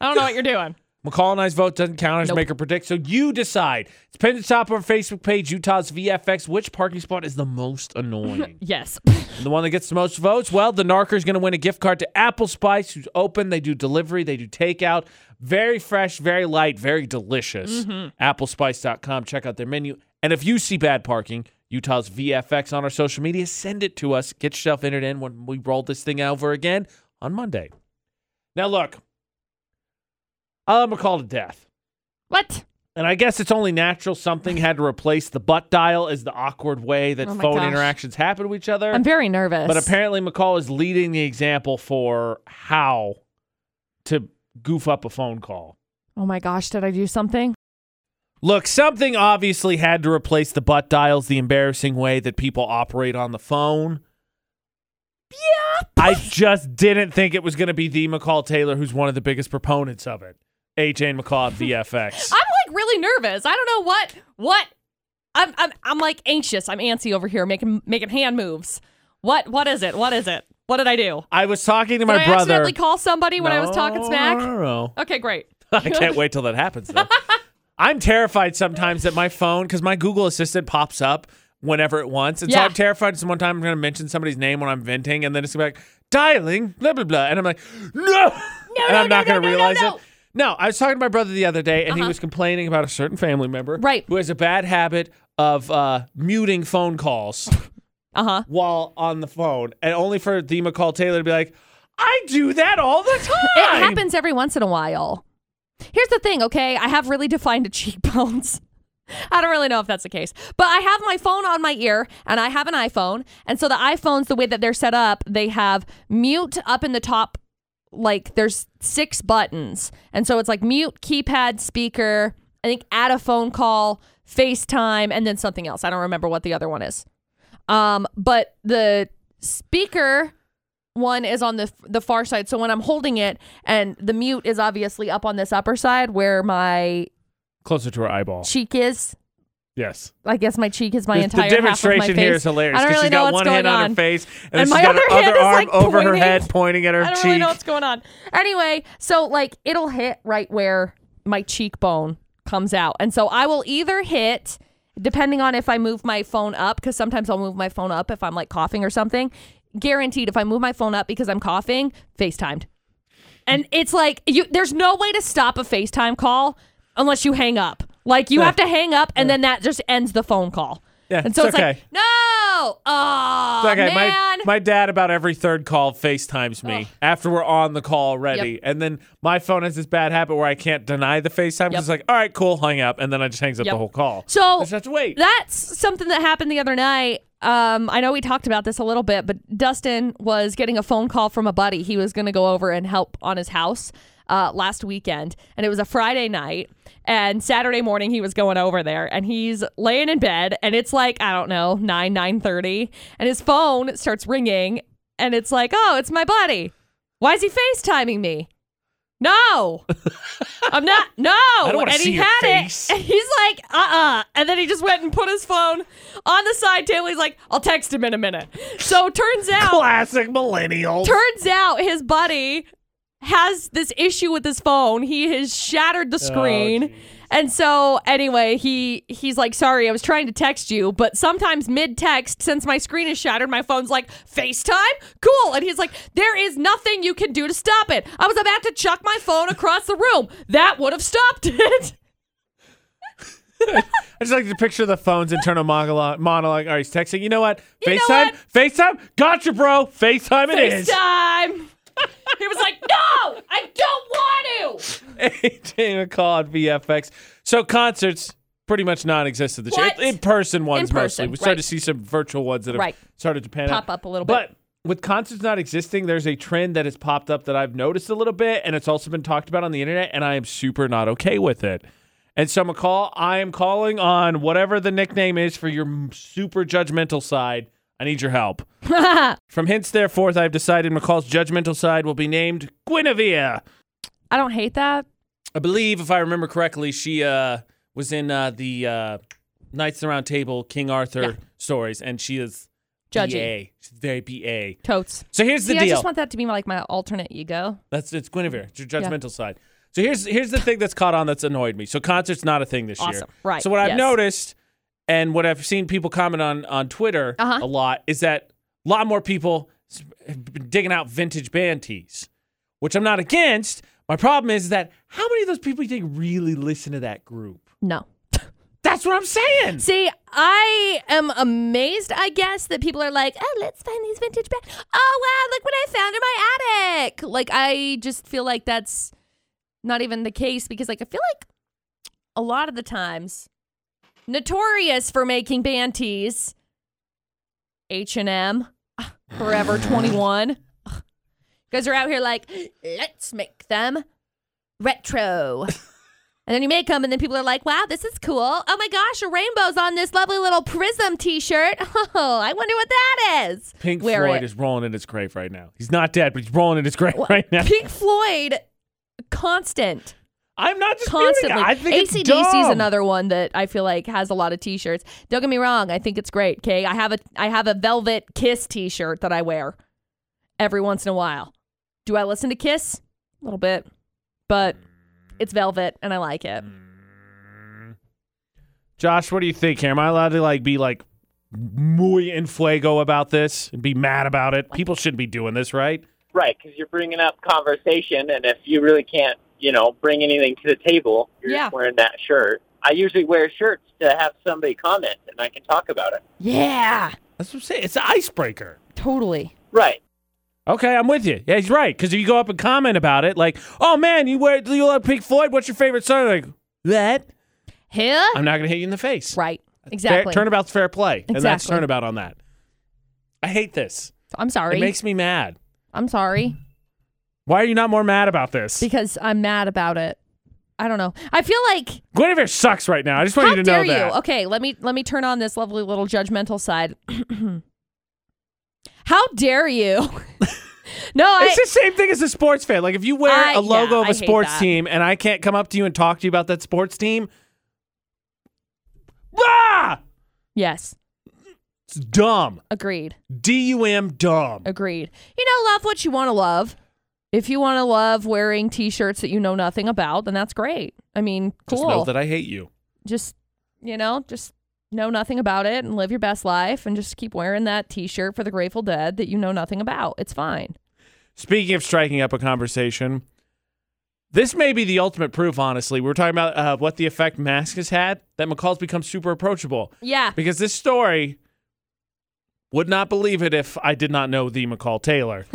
B: I don't know what you're doing.
A: McCall and I's vote doesn't count. I just
B: Nope.
A: make her predict. So you decide. It's pinned to the top of our Facebook page, Utah's VFX. Which parking spot is the most annoying?
B: Yes.
A: And the one that gets the most votes, well, the narker is going to win a gift card to Apple Spice, who's open. They do delivery, they do takeout. Very fresh, very light, very delicious.
B: Mm-hmm.
A: Applespice.com. Check out their menu. And if you see bad parking, Utah's VFX on our social media, send it to us. Get yourself entered in when we roll this thing over again on Monday. Now, look, I love McCall to death.
B: What?
A: And I guess it's only natural something had to replace the butt dial as the awkward way that
B: Oh my
A: phone
B: gosh.
A: interactions happen to each other.
B: I'm very nervous.
A: But apparently, McCall is leading the example for how to goof up a phone call.
B: Oh my gosh, did I do something?
A: Look, something obviously had to replace the butt dials, the embarrassing way that people operate on the phone. Yeah. I just didn't think it was going to be the McCall Taylor who's one of the biggest proponents of it. AJ McCall at VFX.
B: I'm like really nervous. I don't know what what I'm I'm I'm like anxious. I'm antsy over here making making hand moves. What what is it? What is it? What did I do?
A: I was talking to my
B: did I
A: brother.
B: accidentally call somebody when I was talking
A: No,
B: smack?
A: no, no.
B: Okay, great.
A: I can't wait till that happens. Though. I'm terrified sometimes that my phone, because my Google Assistant pops up whenever it wants, and so
B: Yeah.
A: I'm terrified. Some one time I'm going to mention somebody's name when I'm venting, and then it's gonna be like dialing blah blah blah, and I'm like, no, and
B: no,
A: I'm not
B: no,
A: gonna
B: no, no,
A: realize
B: no. Uh-huh.
A: it. No, I was talking to my brother the other day, and he was complaining about a certain family member
B: Right.
A: who has a bad habit of uh, muting phone calls
B: Uh-huh.
A: while on the phone, and only for the McCall Taylor to be like, I do that all the time.
B: It happens every once in a while. Here's the thing, okay? I have really defined cheekbones. I don't really know if that's the case, but I have my phone on my ear and I have an iPhone. And so the iPhones, the way that they're set up, they have mute up in the top, like there's six buttons. And so it's like mute, keypad, speaker, I think add a phone call, FaceTime, and then something else. I don't remember what the other one is. Um, but the speaker one is on the the far side. So when I'm holding it and the mute is obviously up on this upper side where my
A: Closer to her eyeball.
B: cheek is.
A: Yes.
B: I guess my cheek is my
A: The-
B: entire
A: the
B: half
A: demonstration
B: of my face.
A: here is hilarious
B: I don't
A: because
B: really
A: she's
B: know
A: got
B: what's
A: one
B: going
A: hand on.
B: on
A: her face and, then
B: And
A: she's
B: my
A: got her
B: other hand
A: other
B: is,
A: arm
B: like,
A: over her
B: pointing.
A: head pointing at her
B: I don't
A: cheek.
B: really know what's going on. Anyway, so like it'll hit right where my cheekbone comes out. And so I will either hit depending on if I move my phone up cuz sometimes I'll move my phone up if I'm like coughing or something. Guaranteed if I move my phone up because I'm coughing, FaceTimed. And it's like you there's no way to stop a FaceTime call unless you hang up. Like you have to hang up and then that just ends the phone call.
A: Yeah,
B: and so
A: it's
B: it's,
A: okay.
B: like no. Oh,
A: It's okay,
B: man.
A: my my dad about every third call FaceTimes me after we're on the call already,
B: Yep.
A: and then my phone has this bad habit where I can't deny the FaceTime because
B: Yep.
A: it's like, all right, cool, hang up, and then I just hangs up the
B: Yep.
A: whole call.
B: So-
A: I just have to wait.
B: That's something that happened the other night. Um, I know we talked about this a little bit, but Dustin was getting a phone call from a buddy. He was going to go over and help on his house uh, last weekend, and it was a Friday night. And Saturday morning, he was going over there, and he's laying in bed, and it's like I don't know nine nine thirty, and his phone starts ringing, and it's like, oh, it's my buddy. Why is he FaceTiming me? No, I'm not. No,
A: don't wanna
B: and
A: see
B: he
A: your
B: had
A: face.
B: it. And he's like, uh uh And then he just went and put his phone on the side table. He's like, I'll text him in a minute. So turns out,
A: Classic millennial.
B: turns out his buddy has this issue with his phone. He has shattered the screen.
A: geez.
B: and so anyway, he he's like, sorry, I was trying to text you, but sometimes mid-text, since my screen is shattered, my phone's like, FaceTime? Cool. And he's like, there is nothing you can do to stop it. I was about to chuck my phone across the room. That would have stopped it.
A: I just like to picture the phone's internal monologue. monologue. All right, he's texting. You know what?
B: You know
A: FaceTime? FaceTime? Gotcha, bro. FaceTime it is.
B: FaceTime. he was like, no, I don't want to.
A: AJ McCall at VFX. So concerts pretty much non-existent this
B: What?
A: year. In person ones
B: In person,
A: mostly. We started
B: right.
A: to see some virtual ones that have
B: Right.
A: started to pan
B: Pop
A: out.
B: up a little
A: but with concerts not existing, there's a trend that has popped up that I've noticed a little bit, and it's also been talked about on the internet, and I am super not okay with it. And so, McCall, I am calling on whatever the nickname is for your m- super judgmental side. I need your help. From hence, thereforth, I've decided McCall's judgmental side will be named Guinevere.
B: I don't hate that.
A: I believe, if I remember correctly, she uh, was in uh, the uh, Knights of the Round Table King Arthur
B: Yeah.
A: stories, and she is
B: Judgy.
A: BA. She's very BA.
B: Totes.
A: So here's the
B: See, I
A: deal.
B: just want that to be my, like my alternate ego.
A: that's it's Guinevere. It's your
B: Yeah.
A: judgmental side. So here's here's the thing that's caught on that's annoyed me. So concerts not a thing this year.
B: Awesome. Right.
A: So what I've
B: Yes.
A: noticed, and what I've seen people comment on on Twitter
B: Uh-huh.
A: a lot, is that a lot more people s- have been digging out vintage band tees, which I'm not against. My problem is that how many of those people you think really listen to that group?
B: No.
A: That's what I'm saying.
B: See, I am amazed, I guess, that people are like, oh, let's find these vintage bags. Oh, wow, look what I found in my attic. Like, I just feel like that's not even the case because, like, I feel like a lot of the times notorious for making band tees. H&M, ah, Forever 21. You guys are out here like, let's make them retro. and then you make them and then people are like, wow, this is cool. Oh my gosh, a rainbow's on this lovely little prism t-shirt. Oh, I wonder what that is.
A: Pink
B: Wear
A: Floyd
B: it.
A: is rolling in his grave right now. He's not dead, but he's rolling in his grave
B: Well,
A: right now.
B: Pink Floyd, constant,
A: I'm not just
B: constantly.
A: I think it's
B: ACDC is
A: dumb.
B: another one that I feel like has a lot of T-shirts. Don't get me wrong, I think it's great. Okay, I have a I have a Velvet Kiss T-shirt that I wear every once in a while. Do I listen to Kiss? A little bit, but it's Velvet and I like it.
A: Josh, what do you think? Here, am I allowed to like be like muy en fuego about this and be mad about it? People shouldn't be doing this, right?
D: Right, because you're bringing up conversation, and if you really can't, you know, bring anything to the table, you're
B: Yeah.
D: just wearing that shirt. I usually wear shirts to have somebody comment, and I can talk about it.
B: Yeah,
A: That's what I'm saying. It's an icebreaker.
B: totally.
D: Right.
A: Okay, I'm with you. Yeah, he's right. Because if you go up and comment about it, like, oh man, you wear you love Pink Floyd. What's your favorite song? Like that?
B: Here,
A: I'm not gonna hit you in the face.
B: right?
A: Fair,
B: Exactly.
A: turnabout's fair play, and that's
B: Exactly.
A: turnabout on that. I hate this.
B: I'm sorry.
A: It makes me mad.
B: I'm sorry.
A: Why are you not more mad about this?
B: because I'm mad about it. I don't know. I feel like
A: Guinevere sucks right now. I just want
B: How
A: you to
B: dare
A: know that.
B: you? Okay, let me let me turn on this lovely little judgmental side. How dare you? no, I
A: It's the same thing as a sports fan. Like if you wear
B: I-
A: a logo
B: yeah,
A: of
B: I
A: a
B: hate
A: sports
B: that.
A: team and I can't come up to you and talk to you about that sports team, ah,
B: yes,
A: it's dumb.
B: agreed,
A: D U M dumb.
B: agreed. You know, love what you want to love. If you want to love wearing T-shirts that you know nothing about, then that's great. I mean, cool.
A: Just know that I hate you.
B: just you know just know nothing about it and live your best life and just keep wearing that T-shirt for the Grateful Dead that you know nothing about. It's fine.
A: Speaking of striking up a conversation, this may be the ultimate proof. Honestly, we were talking about uh, what the effect mask has had. That McCall's become super approachable
B: Yeah,
A: because this story would not believe it if I did not know the McCall Taylor.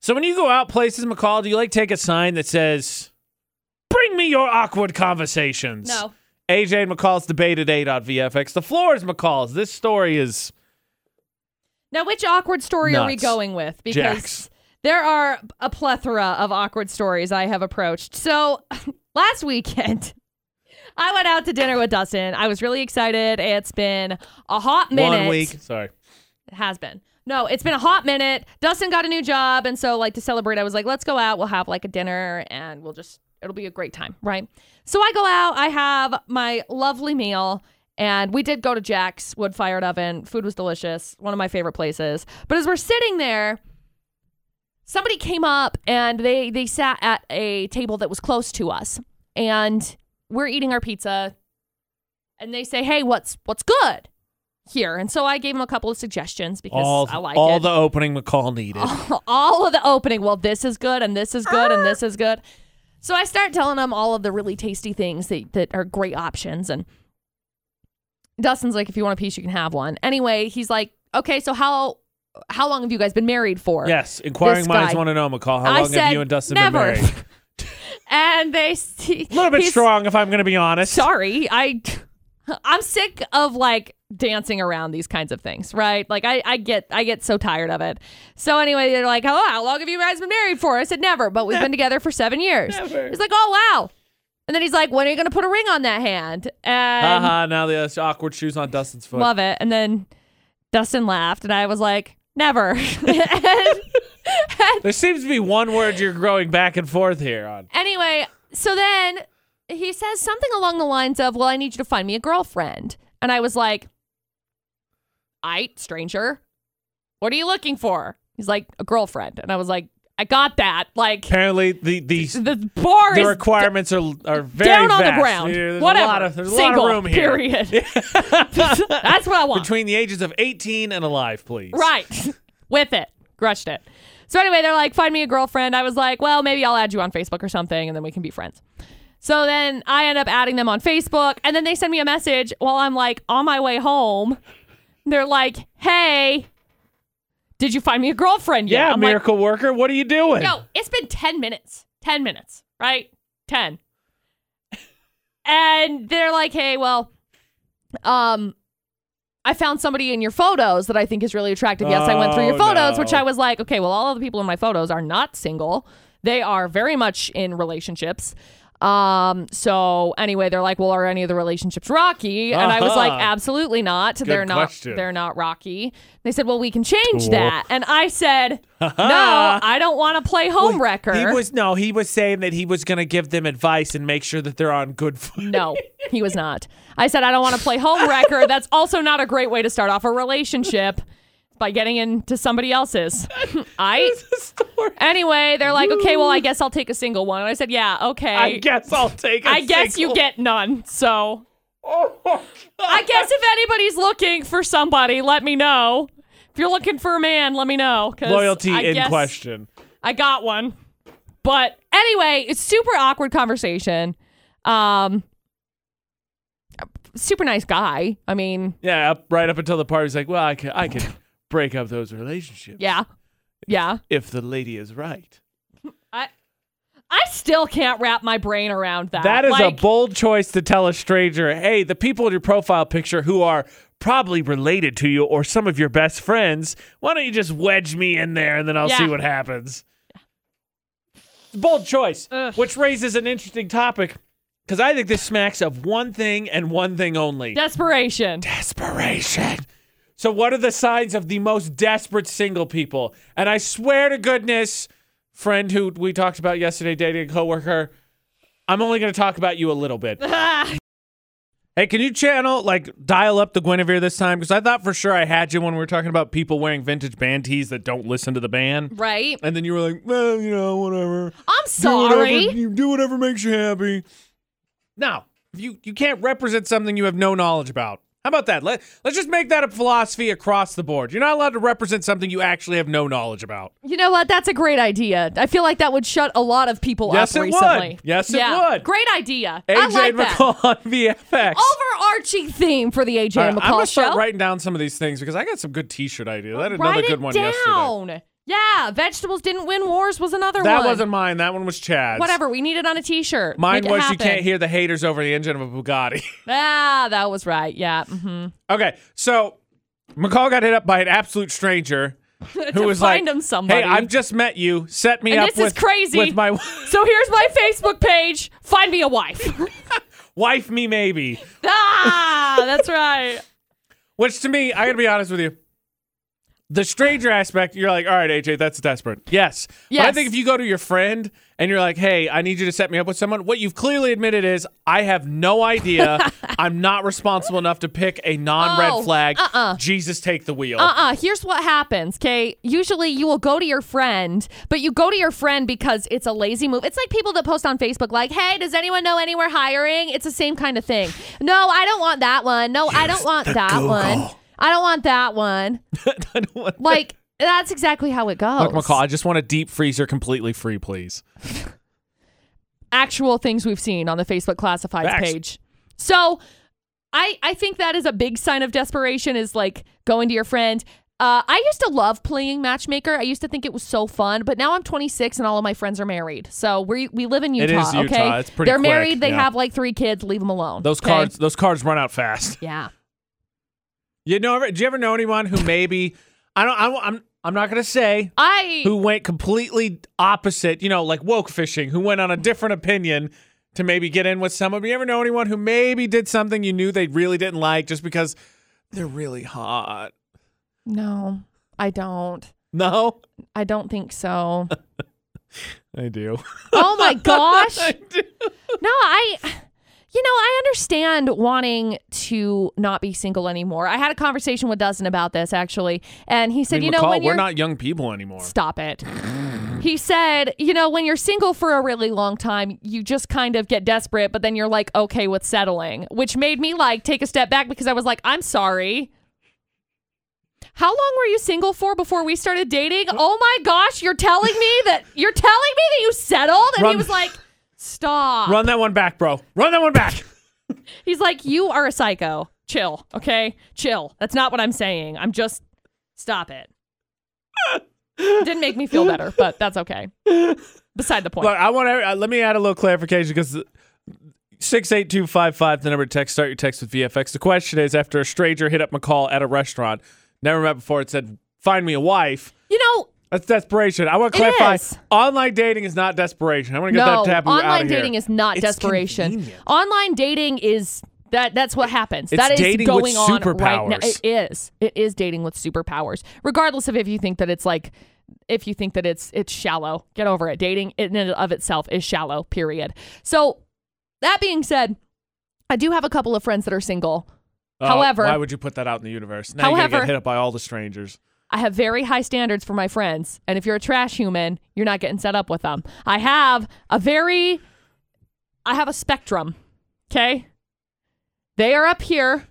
A: so when you go out places, McCall, do you like take a sign that says "Bring me your awkward conversations"?
B: no,
A: AJ and McCall's debate at eight on VFX. The floor is McCall's. This story is
B: Now, which awkward story are we
A: Nuts.
B: going with? Because
A: Jax.
B: there are a plethora of awkward stories I have approached. So last weekend, I went out to dinner with Dustin. I was really excited. It's been a hot minute.
A: one week. Sorry.
B: It has been. No, it's been a hot minute. Dustin got a new job. And so, like, to celebrate, I was like, let's go out. We'll have like a dinner and we'll just, it'll be a great time. Right. So I go out. I have my lovely meal. And we did go to Jack's wood fired oven. Food was delicious. One of my favorite places. But as we're sitting there, somebody came up and they they sat at a table that was close to us and we're eating our pizza and they say hey what's what's good here and so i gave them a couple of suggestions because
A: All,
B: i like
A: all
B: it
A: the opening McCall needed.
B: all of the opening. Well, this is good, and this is good, and this is good. So I start telling him all of the really tasty things that, that are great options. And Dustin's like, if you want a piece, you can have one. Anyway, he's like, okay, so how how long have you guys been married for?
A: Yes, inquiring
B: This
A: minds
B: guy.
A: want to know, McCall. How
B: I
A: long have
B: said
A: you and Dustin
B: never.
A: been married?
B: And they see
A: A little bit
B: he's-
A: strong, if I'm going to be honest.
B: Sorry, I I'm sick of like dancing around these kinds of things, right? Like I, I get I get so tired of it. So anyway, they're like, "Oh, how long have you guys been married for?" I said, "Never," but we've been together for seven years.
A: Never.
B: He's like, "Oh wow," and then he's like, "When are you going to put a ring on that hand?" And
A: Haha, now the uh, awkward shoes on Dustin's foot.
B: love it. And then Dustin laughed, and I was like, "Never." And-
A: There seems to be one word you're growing back and forth here on.
B: Anyway, so then he says something along the lines of, Well, I need you to find me a girlfriend. And I was like, I, stranger, what are you looking for? He's like, A girlfriend. And I was like, I got that. Like,
A: Apparently, the the,
B: the bar
A: the
B: is
A: requirements are are very
B: down on
A: vast.
B: the ground.
A: There's
B: Whatever.
A: A lot of, there's a
B: Single,
A: lot of room here.
B: Period. That's what I want.
A: Between the ages of 18 and alive, please.
B: Right. With it. Crushed it. So anyway, they're like, find me a girlfriend. I was like, well, maybe I'll add you on Facebook or something, and then we can be friends. So then I end up adding them on Facebook, and then they send me a message while I'm like on my way home. They're like, hey, did you find me a girlfriend yet?
A: Yeah,
B: I'm like,
A: miracle worker. What are you doing?
B: no, it's been 10 minutes. 10 minutes, right? 10. and they're like, "Hey, well, um, I found somebody in your photos that I think is really attractive. Yes, I went through your
A: Oh,
B: photos, which
A: no.
B: I was like, okay, well, all of the people in my photos are not single. They are very much in relationships. Um, so anyway, they're like, well, are any of the relationships rocky? And I was like,
A: Uh-huh.
B: absolutely not. they're not.
A: question.
B: They're not rocky. They said, well, we can change
A: Cool.
B: that. And I said, no, I don't want to play homewrecker.
A: Ah. He was no, he was saying that he was going to give them advice and make sure that they're on good foot.
B: No, he was not. I said I don't want to play homewrecker. That's also not a great way to start off a relationship by getting into somebody else's. I
A: Story.
B: anyway, they're like, okay, well, I guess I'll take a single one. And I said, yeah, okay.
A: I guess I'll take. I
B: I guess you get none. So I guess if anybody's looking for somebody, let me know. If you're looking for a man, let me know. 'cause
A: loyalty
B: I
A: in
B: guess-
A: question.
B: I got one. But anyway, it's super awkward conversation. Um super nice guy. I mean,
A: Yeah, up, right up until the part he's like, "Well, I can, I can break up those relationships
B: yeah. Yeah.
A: if the lady is right."
B: I I still can't wrap my brain around that.
A: That is
B: Uh, Like,
A: a bold choice to tell a stranger, "Hey, the people in your profile picture who are probably related to you or some of your best friends, why don't you just wedge me in there and then I'll
B: Yeah.
A: see what happens." Bold choice,
B: Ugh.
A: which raises an interesting topic because I think this smacks of one thing and one thing only.
B: desperation.
A: desperation. So, what are the signs of the most desperate single people? And I swear to goodness, friend who we talked about yesterday, dating a coworker, I'm only going to talk about you a little bit. hey, can you channel, like, dial up the Guinevere this time? Because I thought for sure I had you when we were talking about people wearing vintage band tees that don't listen to the band.
B: right?
A: And then you were like, well, you know, whatever.
B: I'm
A: Do whatever,
B: sorry.
A: you do whatever makes you happy. Now, if you you can't represent something you have no knowledge about. How about that? Let, let's just make that a philosophy across the board. You're not allowed to represent something you actually have no knowledge about.
B: You know what? That's a great idea. I feel like that would shut a lot of people
A: Yes,
B: up
A: it would.
B: recently.
A: Yes, it
B: Yeah.
A: would.
B: Great idea. I
A: AJ
B: like that.
A: McCall on VFX.
B: Overarching theme for the AJ
A: All right,
B: and
A: I'm
B: McCall
A: gonna start
B: show.
A: writing down some of these things because I got some good T-shirt ideas. I had another
B: Write
A: good
B: it
A: one yesterday.
B: down. Yeah, vegetables didn't win wars was another
A: That
B: one.
A: wasn't mine. That one was Chad's.
B: Whatever, we need it on a T-shirt.
A: Mine
B: Make it
A: was you
B: happen.
A: can't hear the haters over the engine of a Bugatti.
B: Ah, that was right. Yeah. Mm-hmm.
A: Okay, so McCall got hit up by an absolute stranger who was
B: find
A: like,
B: him somebody.
A: "Hey, I've just met you. Set me
B: And
A: up
B: this is
A: with
B: crazy.
A: with my
B: So here's my Facebook page. Find me a wife.
A: wife, me maybe."
B: ah, that's right.
A: Which to me, I gotta be honest with you, the stranger aspect, you're like, "All right, AJ, that's desperate." Yes, But I
B: Yes.
A: think if you go to your friend and you're like, "Hey, I need you to set me up with someone," what you've clearly admitted is, "I have no idea. I'm not responsible enough to pick a non-red
B: Oh,
A: flag.
B: uh-uh.
A: Jesus, take the wheel."
B: Uh-uh. Here's what happens, okay? Usually you will go to your friend, but you go to your friend because it's a lazy move. It's like people that post on Facebook like, hey, does anyone know anywhere hiring? It's the same kind of thing. No, I don't want that one. No, I don't want that one. I don't want that one.
A: I don't want-
B: Like, that's exactly how it goes.
A: Look, McCall, I just want a deep freezer completely free, please.
B: actual things we've seen on the Facebook classifieds
A: Facts.
B: page. So I I think that is a big sign of desperation is like going to your friend. Uh, I used to love playing matchmaker. I used to think it was so fun, but now I'm 26 and all of my friends are married. So we we live in Utah.
A: It is Utah.
B: Okay,
A: It's pretty
B: They're
A: quick,
B: married. They
A: yeah.
B: have like three kids. Leave them alone.
A: Those
B: okay?
A: cards, those cards run out fast.
B: Yeah.
A: You know, do you ever know anyone who maybe I don't? I'm I'm, I'm not gonna say
B: I
A: who went completely opposite. You know, like woke fishing, who went on a different opinion to maybe get in with someone. But you ever know anyone who maybe did something you knew they really didn't like just because they're really hot?
B: no, I don't.
A: No,
B: I don't think so.
A: I do.
B: oh my gosh.
A: I do.
B: No, I you know, I understand wanting to not be single anymore. I had a conversation with Dustin about this actually, and he said,
A: I mean,
B: "You know,
A: McCall,
B: when
A: we're
B: you're
A: not young people anymore.
B: stop it." he said, "You know, when you're single for a really long time, you just kind of get desperate, but then you're like okay with settling," which made me like take a step back because I was like, "I'm sorry." How long were you single for before we started dating? Oh my gosh, you're telling me that you're telling me that you settled? And
A: Run-
B: he was like, "Stop."
A: Run that one back, bro. Run that one back.
B: He's like, you are a psycho. Chill, okay? Chill. That's not what I'm saying. I'm just stop it. Didn't make me feel better, but that's okay. Beside the point.
A: uh, Look, I want to let me add a little clarification because 68255, the number to text. Start your text with VFX. The question is after a stranger hit up McCall at a restaurant, never met before, it said, find me a wife.
B: You know,
A: That's desperation. I want to
B: It
A: clarify
B: is.
A: online dating is not desperation. I'm going to get
B: no,
A: that taboo out
B: online
A: of here.
B: dating is not
A: It's
B: desperation.
A: convenient.
B: Online dating is that that's what happens. that is
A: dating
B: going
A: with
B: on right now.
A: superpowers.
B: It is. It is dating with superpowers. Regardless of if you think that it's like if you think that it's it's shallow, get over it. Dating in and of itself is shallow, period. So that being said, I do have a couple of friends that are single.
A: Oh,
B: However-
A: why would you put that out in the universe? Now you're going to
B: However-
A: get hit up by all the strangers.
B: I have very high standards for my friends. And if you're a trash human, you're not getting set up with them. I have a very, I have a spectrum. Okay. They are up here.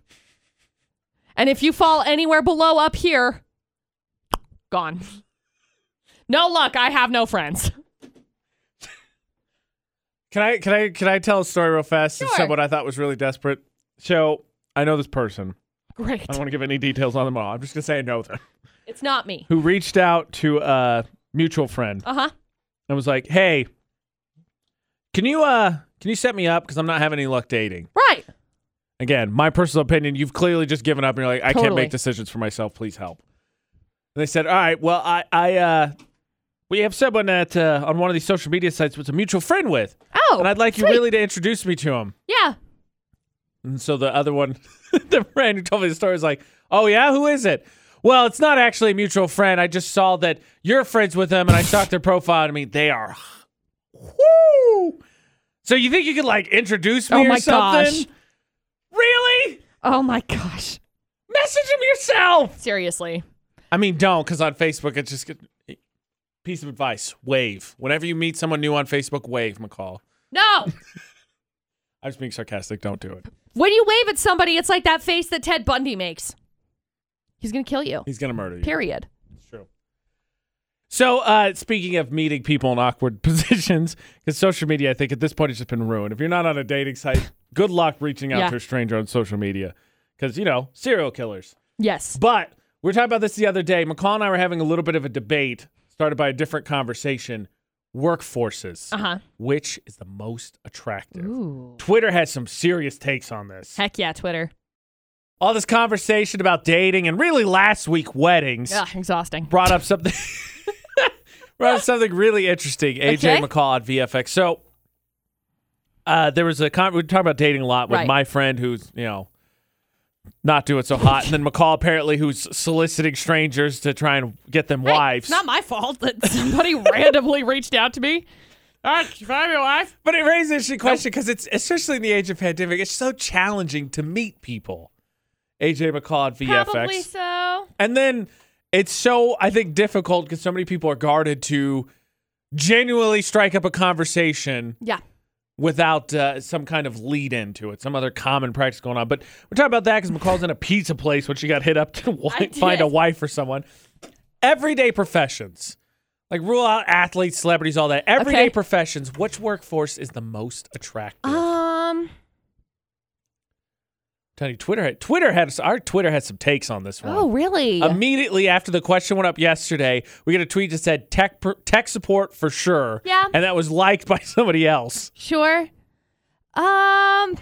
B: And if you fall anywhere below up here, gone. No luck. I have no friends.
A: Can I can I can I tell a story real fast? It's
B: Sure.
A: Someone I thought was really desperate. So I know this person.
B: Great.
A: I don't want to give any details on them at all. I'm just gonna say I know them.
B: It's not me.
A: Who reached out to a mutual friend
B: Uh huh.
A: and was like, "Hey, can you uh can you set me up? Because I'm not having any luck dating."
B: Right.
A: Again, my personal opinion. You've clearly just given up, and you're like, "I can't
B: Totally.
A: make decisions for myself. Please help." And they said, "All right, well, I I uh." We have someone at uh, on one of these social media sites was a mutual friend with,
B: Oh.
A: and I'd like you
B: sweet.
A: really to introduce me to him.
B: Yeah.
A: And so the other one, the friend who told me the story was like, oh, yeah, who is it? Well, it's not actually a mutual friend. I just saw that you're friends with them and I stalked their profile. I mean, they are. Woo! So you think you could like introduce me
B: Oh
A: or
B: my
A: something?
B: gosh.
A: Really?
B: Oh my gosh.
A: Message him yourself.
B: Seriously.
A: I mean, don't, because on Facebook, it's just eh, piece of advice wave. Whenever you meet someone new on Facebook, wave, McCall.
B: No.
A: I'm just being sarcastic. Don't do it.
B: when you wave at somebody, it's like that face that Ted Bundy makes. He's going to kill you.
A: He's going to murder you.
B: Period.
A: It's true. So, uh, speaking of meeting people in awkward positions, because social media, I think at this point, has just been ruined. If you're not on a dating site, good luck reaching out
B: Yeah.
A: to a stranger on social media, because you know serial killers.
B: Yes.
A: But we were talking about this the other day. McCall and I were having a little bit of a debate, started by a different conversation. Workforces,
B: Uh huh.
A: which is the most attractive?
B: Ooh.
A: Twitter has some serious takes on this.
B: Heck yeah, Twitter.
A: All this conversation about dating, and really last week weddings.
B: Yeah, exhausting.
A: brought up something brought up something really interesting. AJ
B: Okay.
A: McCall at VFX. So uh, there was a con- we talked about dating a lot with
B: Right.
A: my friend who's you know not doing so hot, and then McCall apparently who's soliciting strangers to try and get them wives.
B: It's not my fault that somebody randomly reached out to me. All right, can you find me a wife?
A: but it raises an interesting question because it's especially in the age of pandemic, it's so challenging to meet people. AJ McCall at VFX.
B: Probably so.
A: And then it's so I think difficult because so many people are guarded to genuinely strike up a conversation
B: Yeah.
A: without uh, some kind of lead into it, some other common practice going on. But we're talking about that because McCall's in a pizza place when she got hit up to wi-
B: did.
A: find a wife for someone. Everyday professions. Like rule out athletes, celebrities, all that. Everyday
B: Okay.
A: professions. Which workforce is the most attractive?
B: Um.
A: Tony, Twitter had Twitter had our Twitter had some takes on this one.
B: Oh, really?
A: Um, Immediately after the question went up yesterday, we got a tweet that said tech per- tech support for sure.
B: Yeah.
A: and that was liked by somebody else.
B: sure. Um. I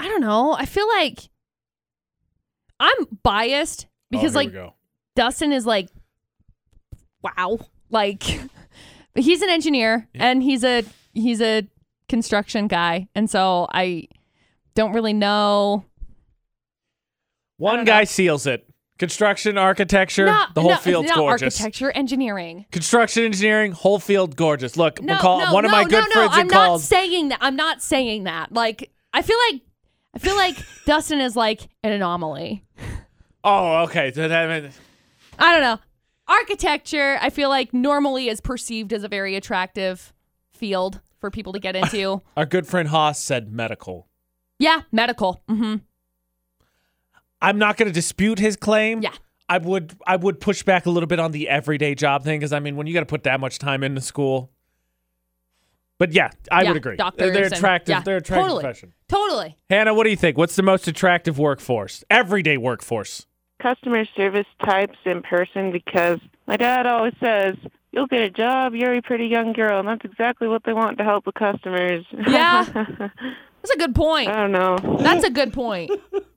B: don't know. I feel like I'm biased because,
A: oh, here
B: like,
A: we go.
B: Dustin is like, wow, like he's an engineer and he's a he's a construction guy, and so I don't really know.
A: one guy seals it. Construction, architecture,
B: No,
A: the whole
B: no,
A: field's
B: no,
A: gorgeous.
B: Architecture, engineering.
A: Construction engineering, whole field gorgeous. Look,
B: No,
A: McCall,
B: no,
A: one of
B: no,
A: my good
B: no,
A: friends
B: no, I'm
A: had called.
B: not saying that. I'm not saying that. Like I feel like I feel like Dustin is like an anomaly.
A: oh, okay. so that meant-
B: I don't know. Architecture, I feel like normally is perceived as a very attractive field for people to get into.
A: Our good friend Haas said medical.
B: yeah, medical. hmm
A: I'm not going to dispute his claim.
B: Yeah.
A: I would I would push back a little bit on the everyday job thing because I mean when you got to put that much time into school. But yeah, I
B: Yeah,
A: would agree. They're-
B: doctors
A: they're
B: and-
A: attractive.
B: yeah,
A: they're attractive
B: totally.
A: profession.
B: Totally.
A: Hannah, what do you think? What's the most attractive workforce? Everyday workforce.
C: Customer service types in person because my dad always says you'll get a job. You're a pretty young girl. And that's exactly what they want to help the customers.
B: Yeah. That's a good point.
C: I don't know.
B: That's a good point.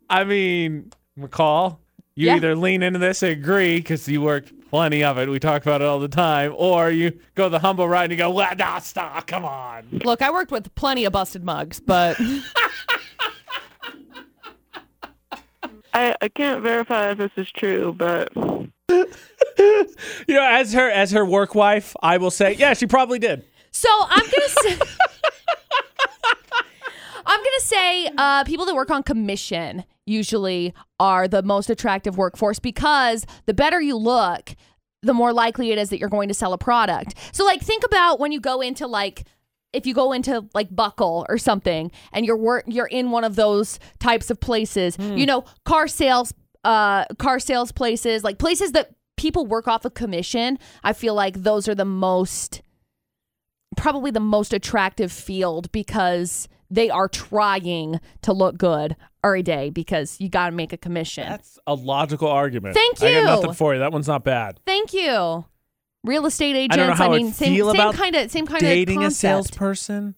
A: I mean, McCall, you
B: Yeah.
A: either lean into this and agree because you worked plenty of it. We talk about it all the time, or you go the humble ride and you go, well, nah, stop, come on.
B: Look, I worked with plenty of busted mugs, but
C: I, I can't verify if this is true, but
A: You know, as her as her work wife, I will say, yeah, she probably did.
B: so I'm gonna say, I'm gonna say uh, people that work on commission usually are the most attractive workforce because the better you look, the more likely it is that you're going to sell a product. So like think about when you go into like if you go into like Buckle or something and you're work you're in one of those types of places, you know, car sales uh car sales places, like places that people work off of commission, I feel like those are the most probably the most attractive field because they are trying to look good every day because you got to make a commission.
A: That's a logical argument.
B: Thank
A: I got
B: you.
A: nothing for you. That one's not bad.
B: Thank you. Real estate agents.
A: I don't know how
B: I
A: I'd
B: mean, same,
A: feel
B: same
A: about
B: kind of same kind
A: Dating
B: of
A: a
B: concept.
A: salesperson.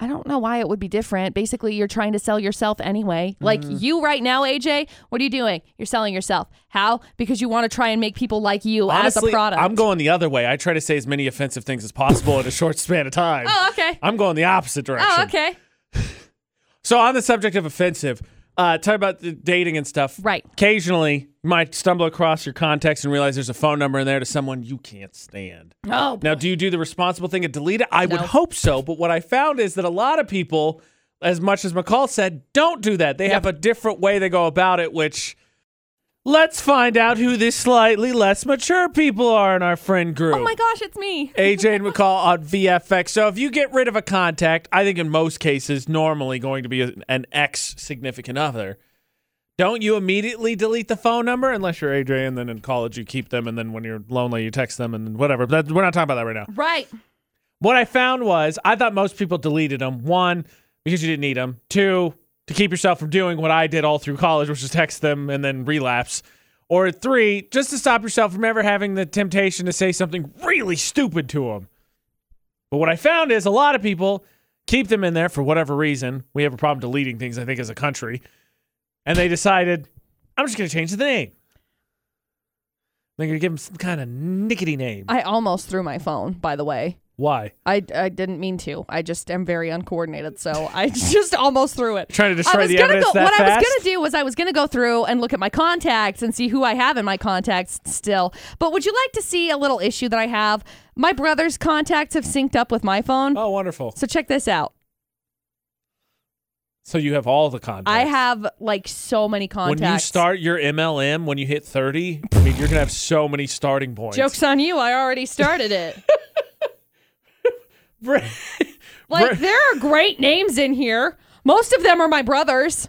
B: I don't know why it would be different. Basically, you're trying to sell yourself anyway. Like
A: Mm.
B: you right now, AJ. What are you doing? You're selling yourself. How? Because you want to try and make people like you as
A: Honestly,
B: a product.
A: I'm going the other way. I try to say as many offensive things as possible in a short span of time.
B: Oh, okay.
A: I'm going the opposite direction.
B: Oh, okay.
A: So on the subject of offensive, uh, talk about the dating and stuff.
B: Right.
A: Occasionally, you might stumble across your contacts and realize there's a phone number in there to someone you can't stand.
B: Oh,
A: Now, do you do the responsible thing and delete it? I would
B: No.
A: hope so. But what I found is that a lot of people, as much as McCall said, don't do that. They have a different way they go about it, which let's find out who the slightly less mature people are in our friend group.
B: oh my gosh, it's me.
A: AJ and McCall on VFX. So if you get rid of a contact, I think in most cases, normally going to be a- an ex significant other. Don't you immediately delete the phone number unless you're AJ and then in college you keep them and then when you're lonely you text them and whatever. But that, we're not talking about that right now.
B: Right.
A: What I found was I thought most people deleted them. One, because you didn't need them. Two, to keep yourself from doing what I did all through college, which was text them and then relapse. Or three, just to stop yourself from ever having the temptation to say something really stupid to them. But what I found is a lot of people keep them in there for whatever reason. We have a problem deleting things, I think, as a country. And they decided, I'm just going to change the name. They're going to give them some kind of nickety name.
B: I almost threw my phone. By the way,
A: Why?
B: I, I didn't mean to. I just am very uncoordinated, so I just almost threw it.
A: Trying to destroy
B: I was
A: the
B: gonna
A: evidence
B: go,
A: that
B: What I
A: fast?
B: was gonna do was I was gonna go through and look at my contacts and see who I have in my contacts still. But would you like to see a little issue that I have? My brother's contacts have synced up with my phone.
A: Oh, wonderful.
B: So check this out.
A: So you have all the contacts.
B: I have like so many contacts.
A: When you start your MLM, when you hit 30, I mean, you're going to have so many starting points.
B: Jokes on you! I already started it.
A: Bri-
B: like
A: Right.
B: there are great names in here. Most of them are my brothers.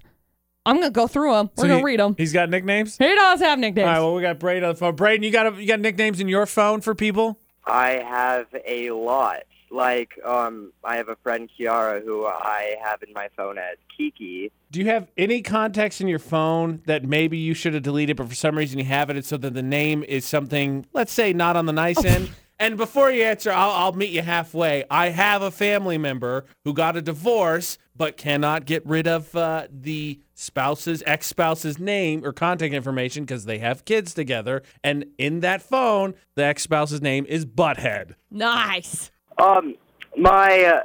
B: I'm gonna go through them. We're
A: So
B: gonna
A: he-
B: read them.
A: He's got nicknames?
B: He does have nicknames.
A: All right, well, we got Braden on the phone. Braden, you got, a, you got nicknames in your phone for people?
E: I have a lot. Like, um, I have a friend Kiara who I have in my phone as Kiki.
A: Do you have any contacts in your phone that maybe you should have deleted, but for some reason you have it, and so that the name is something, let's say, not on the nice end? And before you answer, I'll, I'll meet you halfway. I have a family member who got a divorce, but cannot get rid of uh, the spouse's ex spouse's name or contact information because they have kids together. And in that phone, the ex spouse's name is Butthead.
B: nice.
E: Um, my, uh,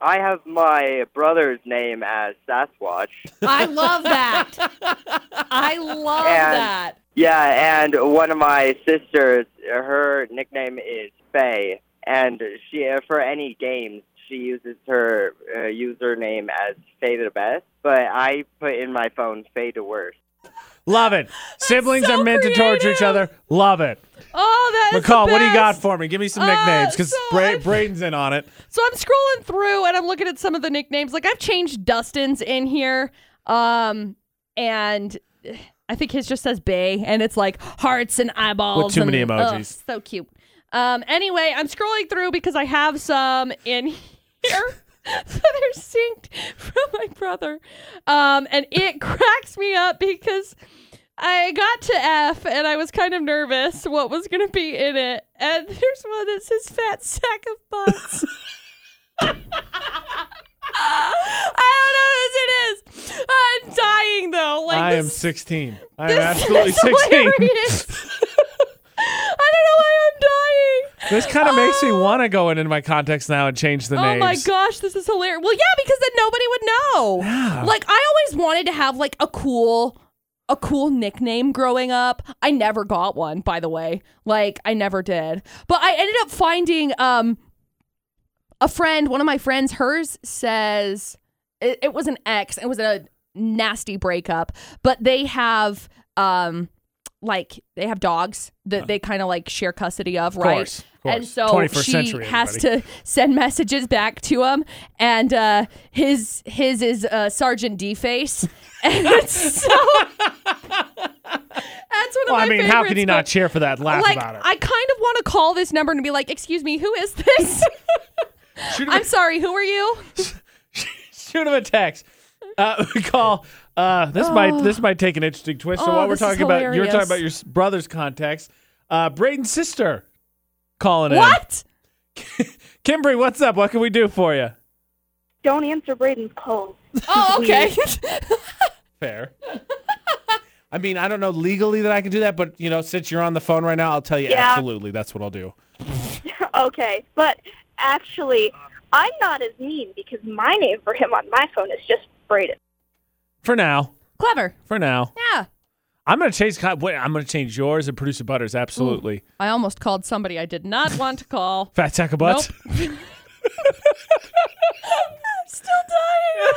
E: I have my brother's name as Sasquatch.
B: I love that. I love
E: And-
B: that.
E: Yeah, and one of my sisters, her nickname is Faye, and she for any games she uses her uh, username as Faye the best. But I put in my phone Faye the worst.
A: Love it. Siblings
B: so
A: are meant to torture each
B: creative.
A: other. Love it.
B: Oh, that's
A: McCall, what do you got for me? Give me some
B: Uh,
A: nicknames because
B: so
A: Bra-
B: I've-
A: Braden's in on it.
B: So I'm scrolling through and I'm looking at some of the nicknames. Like I've changed Dustin's in here, um, and I think his just says Bay, and it's like hearts and eyeballs.
A: With too many
B: and-
A: emojis.
B: ugh, so cute. Um, anyway, I'm scrolling through because I have some in here. that are synced from my brother. Um, and it cracks me up because I got to F and I was kind of nervous what was going to be in it. And there's one that says fat sack of butts. I don't know whose it is. I'm dying though. Like
A: I am
B: this-
A: 16. I am
B: this
A: absolutely
B: is
A: 16.
B: hilarious. I don't know why I'm dying.
A: This kind of makes me want to go in in my context now and change the
B: Oh
A: names.
B: my gosh, this is hilarious. Well, yeah, because then nobody would know.
A: Yeah.
B: Like I always wanted to have like a cool a cool nickname growing up. I never got one, by the way. Like I never did. But I ended up finding um a friend, one of my friends, hers says it, it was an ex. It was a nasty breakup, but they have um like they have dogs that they kind of like share custody of,
A: Of
B: right?
A: course, of course.
B: And so
A: 21st
B: she
A: century,
B: has
A: everybody.
B: to send messages back to him, and uh, his his is uh, Sergeant D face, and it's so. That's one of
A: Well,
B: my
A: I mean, how can
B: favorites,
A: you not
B: but-
A: cheer for that? Laugh
B: like,
A: about it.
B: I kind of want to call this number and be like, "Excuse me, who is this?
A: Shoot him,
B: I'm sorry, who are you?"
A: shoot him a text. Uh, we call. Uh, this might this might take an interesting twist. so
B: Oh,
A: while we're
B: this is
A: talking about, you're talking
B: hilarious.
A: about your s- brother's context. Uh, Braden's sister calling in.
B: What?
A: Kimberly, what's up? What can we do for you?
F: Don't answer Braden's calls.
B: Oh, okay.
A: Fair. I mean, I don't know legally that I can do that, but you know, since you're on the phone right now, I'll tell you
F: Yeah.
A: absolutely that's what I'll do.
F: okay, but actually, I'm not as mean because my name for him on my phone is just Braden.
A: For now,
B: Clever.
A: for now,
B: Yeah.
A: I'm gonna change. con- Wait, I'm gonna change yours and producer Butters. Absolutely,
B: I almost called somebody I did not want to call.
A: fat sack of butts.
B: Still dying.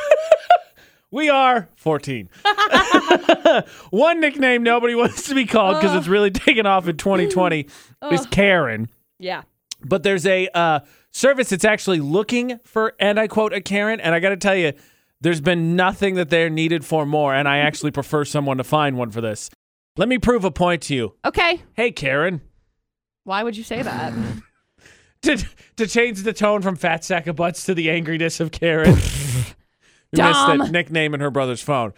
A: We are 14. One nickname nobody wants to be called because it's really taken off in 2020 is Karen.
B: Yeah.
A: But there's a uh, service that's actually looking for, and I quote, a Karen. And I got to tell you, there's been nothing that they're needed for more. And I actually prefer someone to find one for this. Let me prove a point to you.
B: Okay.
A: Hey, Karen.
B: Why would you say that?
A: To, to change the tone from fat sack of butts to the angriness of Karen. You
B: Dumb.
A: missed it. Nickname in her brother's phone.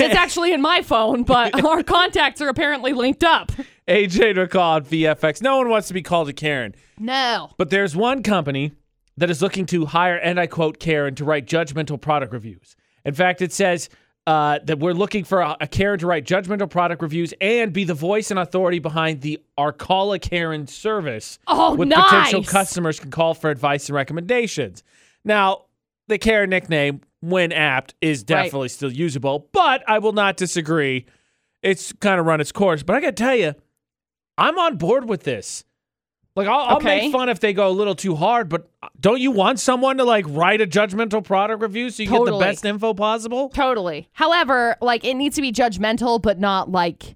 B: It's actually in my phone, but our contacts are apparently linked up.
A: AJ to call on VFX. No one wants to be called a Karen.
B: No.
A: But there's one company that is looking to hire, and I quote Karen, to write judgmental product reviews. In fact, it says uh, that we're looking for a, a Karen to write judgmental product reviews and be the voice and authority behind the Arcala Karen service.
B: Oh,
A: with
B: nice.
A: potential customers can call for advice and recommendations. Now, the Karen nickname, when apt, is
B: Right.
A: definitely still usable, but I will not disagree. It's kind of run its course. But I got to tell you, I'm on board with this. Like I'll, I'll
B: Okay.
A: make fun if they go a little too hard, but uh, don't you want someone to like write a judgmental product review so you get
B: Totally.
A: the best info possible?
B: Totally. However, like it needs to be judgmental, but not like,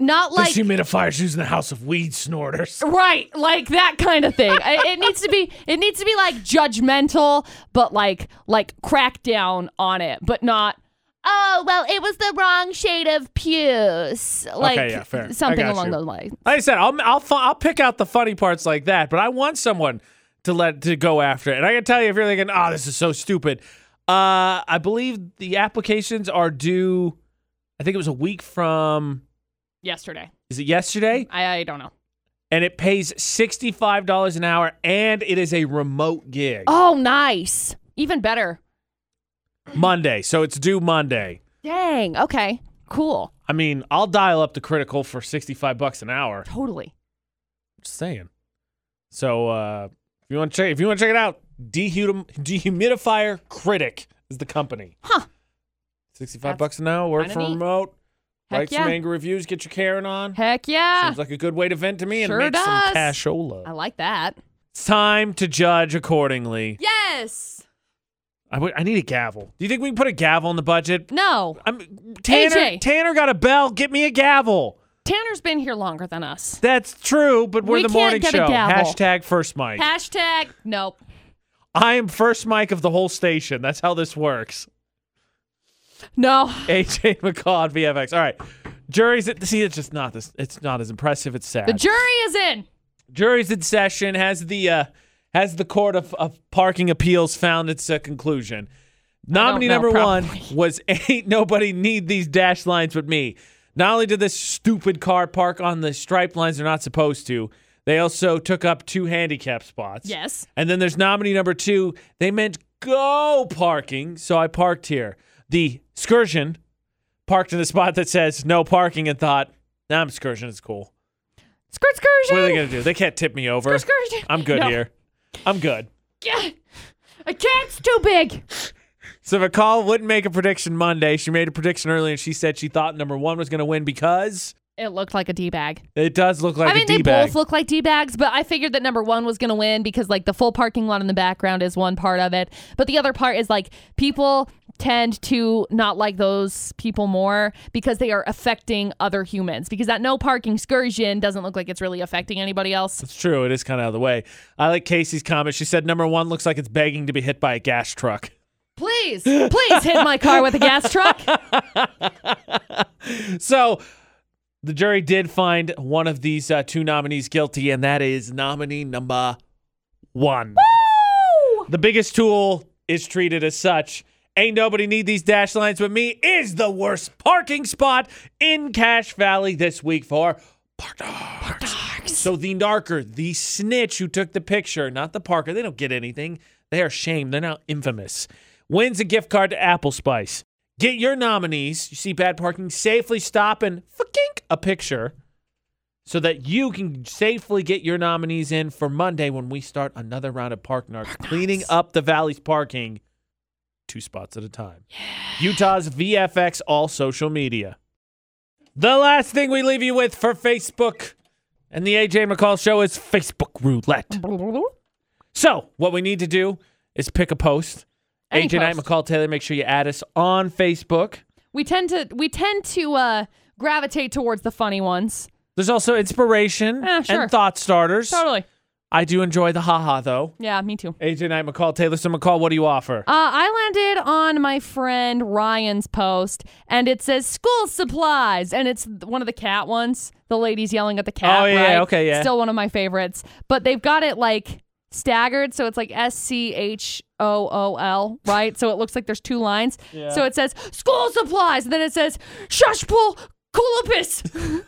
B: not like
A: this humidifier's using the house of weed snorters.
B: right, like that kind of thing. I- it needs to be, it needs to be like judgmental, but like like crackdown on it, but not. Oh well, it was the wrong shade of puce. Like
A: yeah, fair. I
B: something
A: got
B: along
A: you.
B: those lines.
A: Like I said, I'll I'll fu- I'll pick out the funny parts like that, but I want someone to let to go after it. And I can tell you, if you're thinking, "Oh, this is so stupid," uh, I believe the applications are due. I think it was a week from.
B: Yesterday,
A: Is it yesterday?
B: I, I don't know.
A: And it pays sixty five dollars an hour, and it is a remote gig.
B: Oh, nice. Even better.
A: Monday, so it's due Monday.
B: Dang. Okay. Cool.
A: I mean, I'll dial up the critical for sixty-five bucks an hour.
B: Totally.
A: Just saying. So uh, if you want to check, if you want to check it out, dehum- dehumidifier critic is the company.
B: Huh.
A: Sixty-five
B: That's
A: bucks an hour. Work
B: kinda
A: from
B: neat.
A: remote.
B: Heck
A: write
B: yeah.
A: some angry reviews. Get your Karen on.
B: Heck yeah.
A: Seems like a good way to vent to me
B: Sure
A: and make
B: does.
A: some cashola.
B: I like that.
A: It's time to judge accordingly.
B: Yes.
A: I would- I need a gavel. Do you think we can put a gavel in the budget?
B: No.
A: I'm Tanner.
B: AJ.
A: Tanner got a bell. Get me a gavel.
B: Tanner's been here longer than us.
A: That's true, but we're
B: We
A: the
B: can't
A: morning
B: get a
A: show.
B: gavel.
A: Hashtag first Mike.
B: Hashtag nope.
A: I am first mic of the whole station. That's how this works.
B: No.
A: AJ McCall on VFX. All right. Jury's at, see, it's just not this. It's not as impressive. It's sad.
B: The jury is in.
A: Jury's in session. Has the uh, has the court of, of parking appeals found its uh, conclusion? Nominee
B: know,
A: number
B: probably.
A: one was Ain't Nobody Need These Dash Lines But Me. Not only did this stupid car park on the stripe lines they're not supposed to, they also took up two handicap spots.
B: Yes.
A: And then there's nominee number two. They meant go parking, so I parked here. The excursion parked in a spot that says no parking and thought, nah, I'm excursion, it's cool.
B: Skirt
A: What are they
B: excursion.
A: going to do? They can't tip me over.
B: Skirt excursion.
A: I'm good
B: No.
A: here. I'm good.
B: Yeah. A cat's too big.
A: So McCall wouldn't make a prediction Monday. She made a prediction earlier and she said she thought number one was going to win because
B: It looked like a d bag.
A: it does look like
B: I mean,
A: a
B: they
A: D-bag.
B: both look like d bags, but I figured that number one was gonna win because like the full parking lot in the background is one part of it, but the other part is like people tend to not like those people more because they are affecting other humans because that no parking excursion doesn't look like it's really affecting anybody else.
A: it's true. It is kind of out of the way. I like Casey's comment. She said number one looks like it's begging to be hit by a gas truck.
B: Please, please hit my car with a gas truck.
A: So the jury did find one of these uh, two nominees guilty, and that is nominee number one. The biggest tool is treated as such. Ain't nobody need these dash lines but me is the worst parking spot in Cash Valley this week for Park So the narker, the snitch who took the picture, not the parker, they don't get anything. They are shamed. They're now infamous. Wins a gift card to Apple Spice. Get your nominees. You see bad parking, safely stop and fucking a picture so that you can safely get your nominees in for Monday when we start another round of Park Narc, cleaning up the valley's parking two spots at a time. Utah's VFX, all social media. The last thing we leave you with for Facebook and the AJ McCall show is Facebook roulette. So, what we need to do is pick a post.
B: Any
A: AJ Knight
B: post.
A: McCall Taylor, make sure you add us on Facebook.
B: We tend to we tend to uh, gravitate towards the funny ones.
A: There's also inspiration
B: Yeah, sure.
A: and thought starters.
B: Totally.
A: I do enjoy the haha though.
B: Yeah, me too.
A: AJ Knight McCall Taylor. So McCall, what do you offer?
B: Uh, I landed on my friend Ryan's post, and it says school supplies, and it's one of the cat ones. The lady's yelling at the cat.
A: Oh, yeah,
B: right?
A: okay, yeah.
B: Still one of my favorites, but they've got it like staggered, so it's like S C H O O L, right? so it looks like there's two lines. So it says school supplies, and then it says shushpool culopus,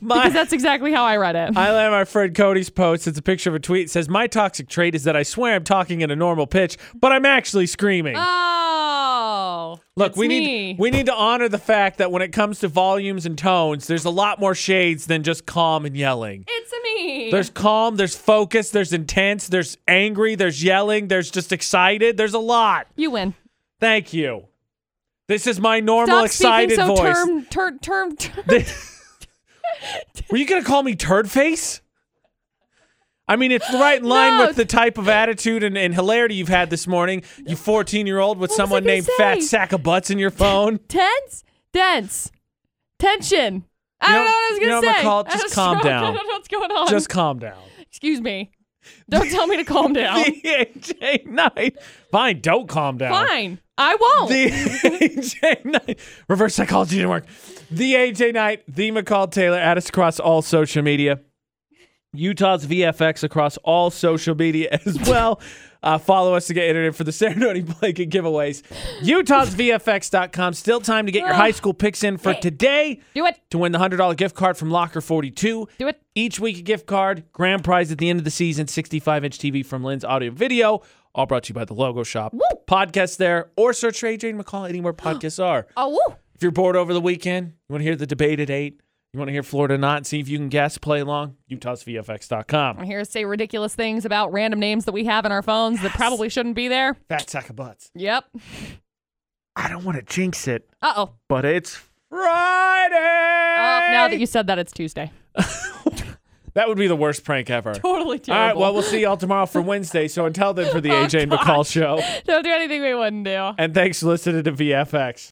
A: My,
B: because that's exactly how I read it.
A: I land my friend Cody's post. It's a picture of a tweet. It says, My toxic trait is that I swear I'm talking in a normal pitch, but I'm actually screaming.
B: oh,
A: Look,
B: it's
A: we
B: me.
A: need we need to honor the fact that when it comes to volumes and tones, there's a lot more shades than just calm and yelling.
B: it's me.
A: There's calm, there's focus, there's intense, there's angry, there's yelling, there's just excited. There's a lot.
B: you win.
A: Thank you. This is my normal
B: Stop
A: excited
B: speaking so
A: voice.
B: term term term. term.
A: Were you gonna call me turd face? I mean, it's right in line
B: No.
A: with the type of attitude and, and hilarity you've had this morning. You 14 year old with
B: was I
A: someone
B: gonna
A: named Fat
B: say?
A: Sack of Butts in your phone.
B: Tense, dense, tension. I
A: You
B: don't
A: know-
B: know what I was
A: you
B: gonna
A: know what,
B: say.
A: McCall?
B: I
A: Just
B: was
A: calm
B: drunk.
A: down.
B: I don't know what's going on.
A: Just calm down.
B: excuse me. Don't tell me to calm down.
A: The AJ Knight. Fine, don't calm down.
B: Fine, I won't.
A: The AJ Knight. Reverse psychology didn't work. The AJ Knight, the McCall Taylor, at us across all social media. Utah's VFX across all social media as well. Uh, follow us to get entered in for the ceremony blanket giveaways. Utah's VFX.com. Still time to get your high school picks in for today
B: Do it.
A: to win the $100 gift card from Locker 42.
B: Do it.
A: Each week, a gift card, grand prize at the end of the season, 65 inch TV from Lynn's Audio Video, all brought to you by the Logo Shop. Podcast there, or search for AJ and McCall anywhere podcasts are.
B: Oh, woo.
A: If you're bored over the weekend, you want to hear the debate at 8, you want to hear Florida Not, and see if you can guess, play along,
B: I'm
A: utahsvfx.com.
B: here to say ridiculous things about random names that we have in our phones that probably shouldn't be there.
A: Fat sack of butts.
B: Yep.
A: I don't want to jinx it,
B: Uh oh.
A: but it's Friday.
B: Oh, now that you said that, it's Tuesday.
A: that would be the worst prank ever. All
B: Totally terrible.
A: right, well, we'll see y'all tomorrow for Wednesday. So until then, for the
B: Oh,
A: AJ and McCall
B: gosh.
A: show.
B: don't do anything we wouldn't do.
A: And thanks for listening to VFX.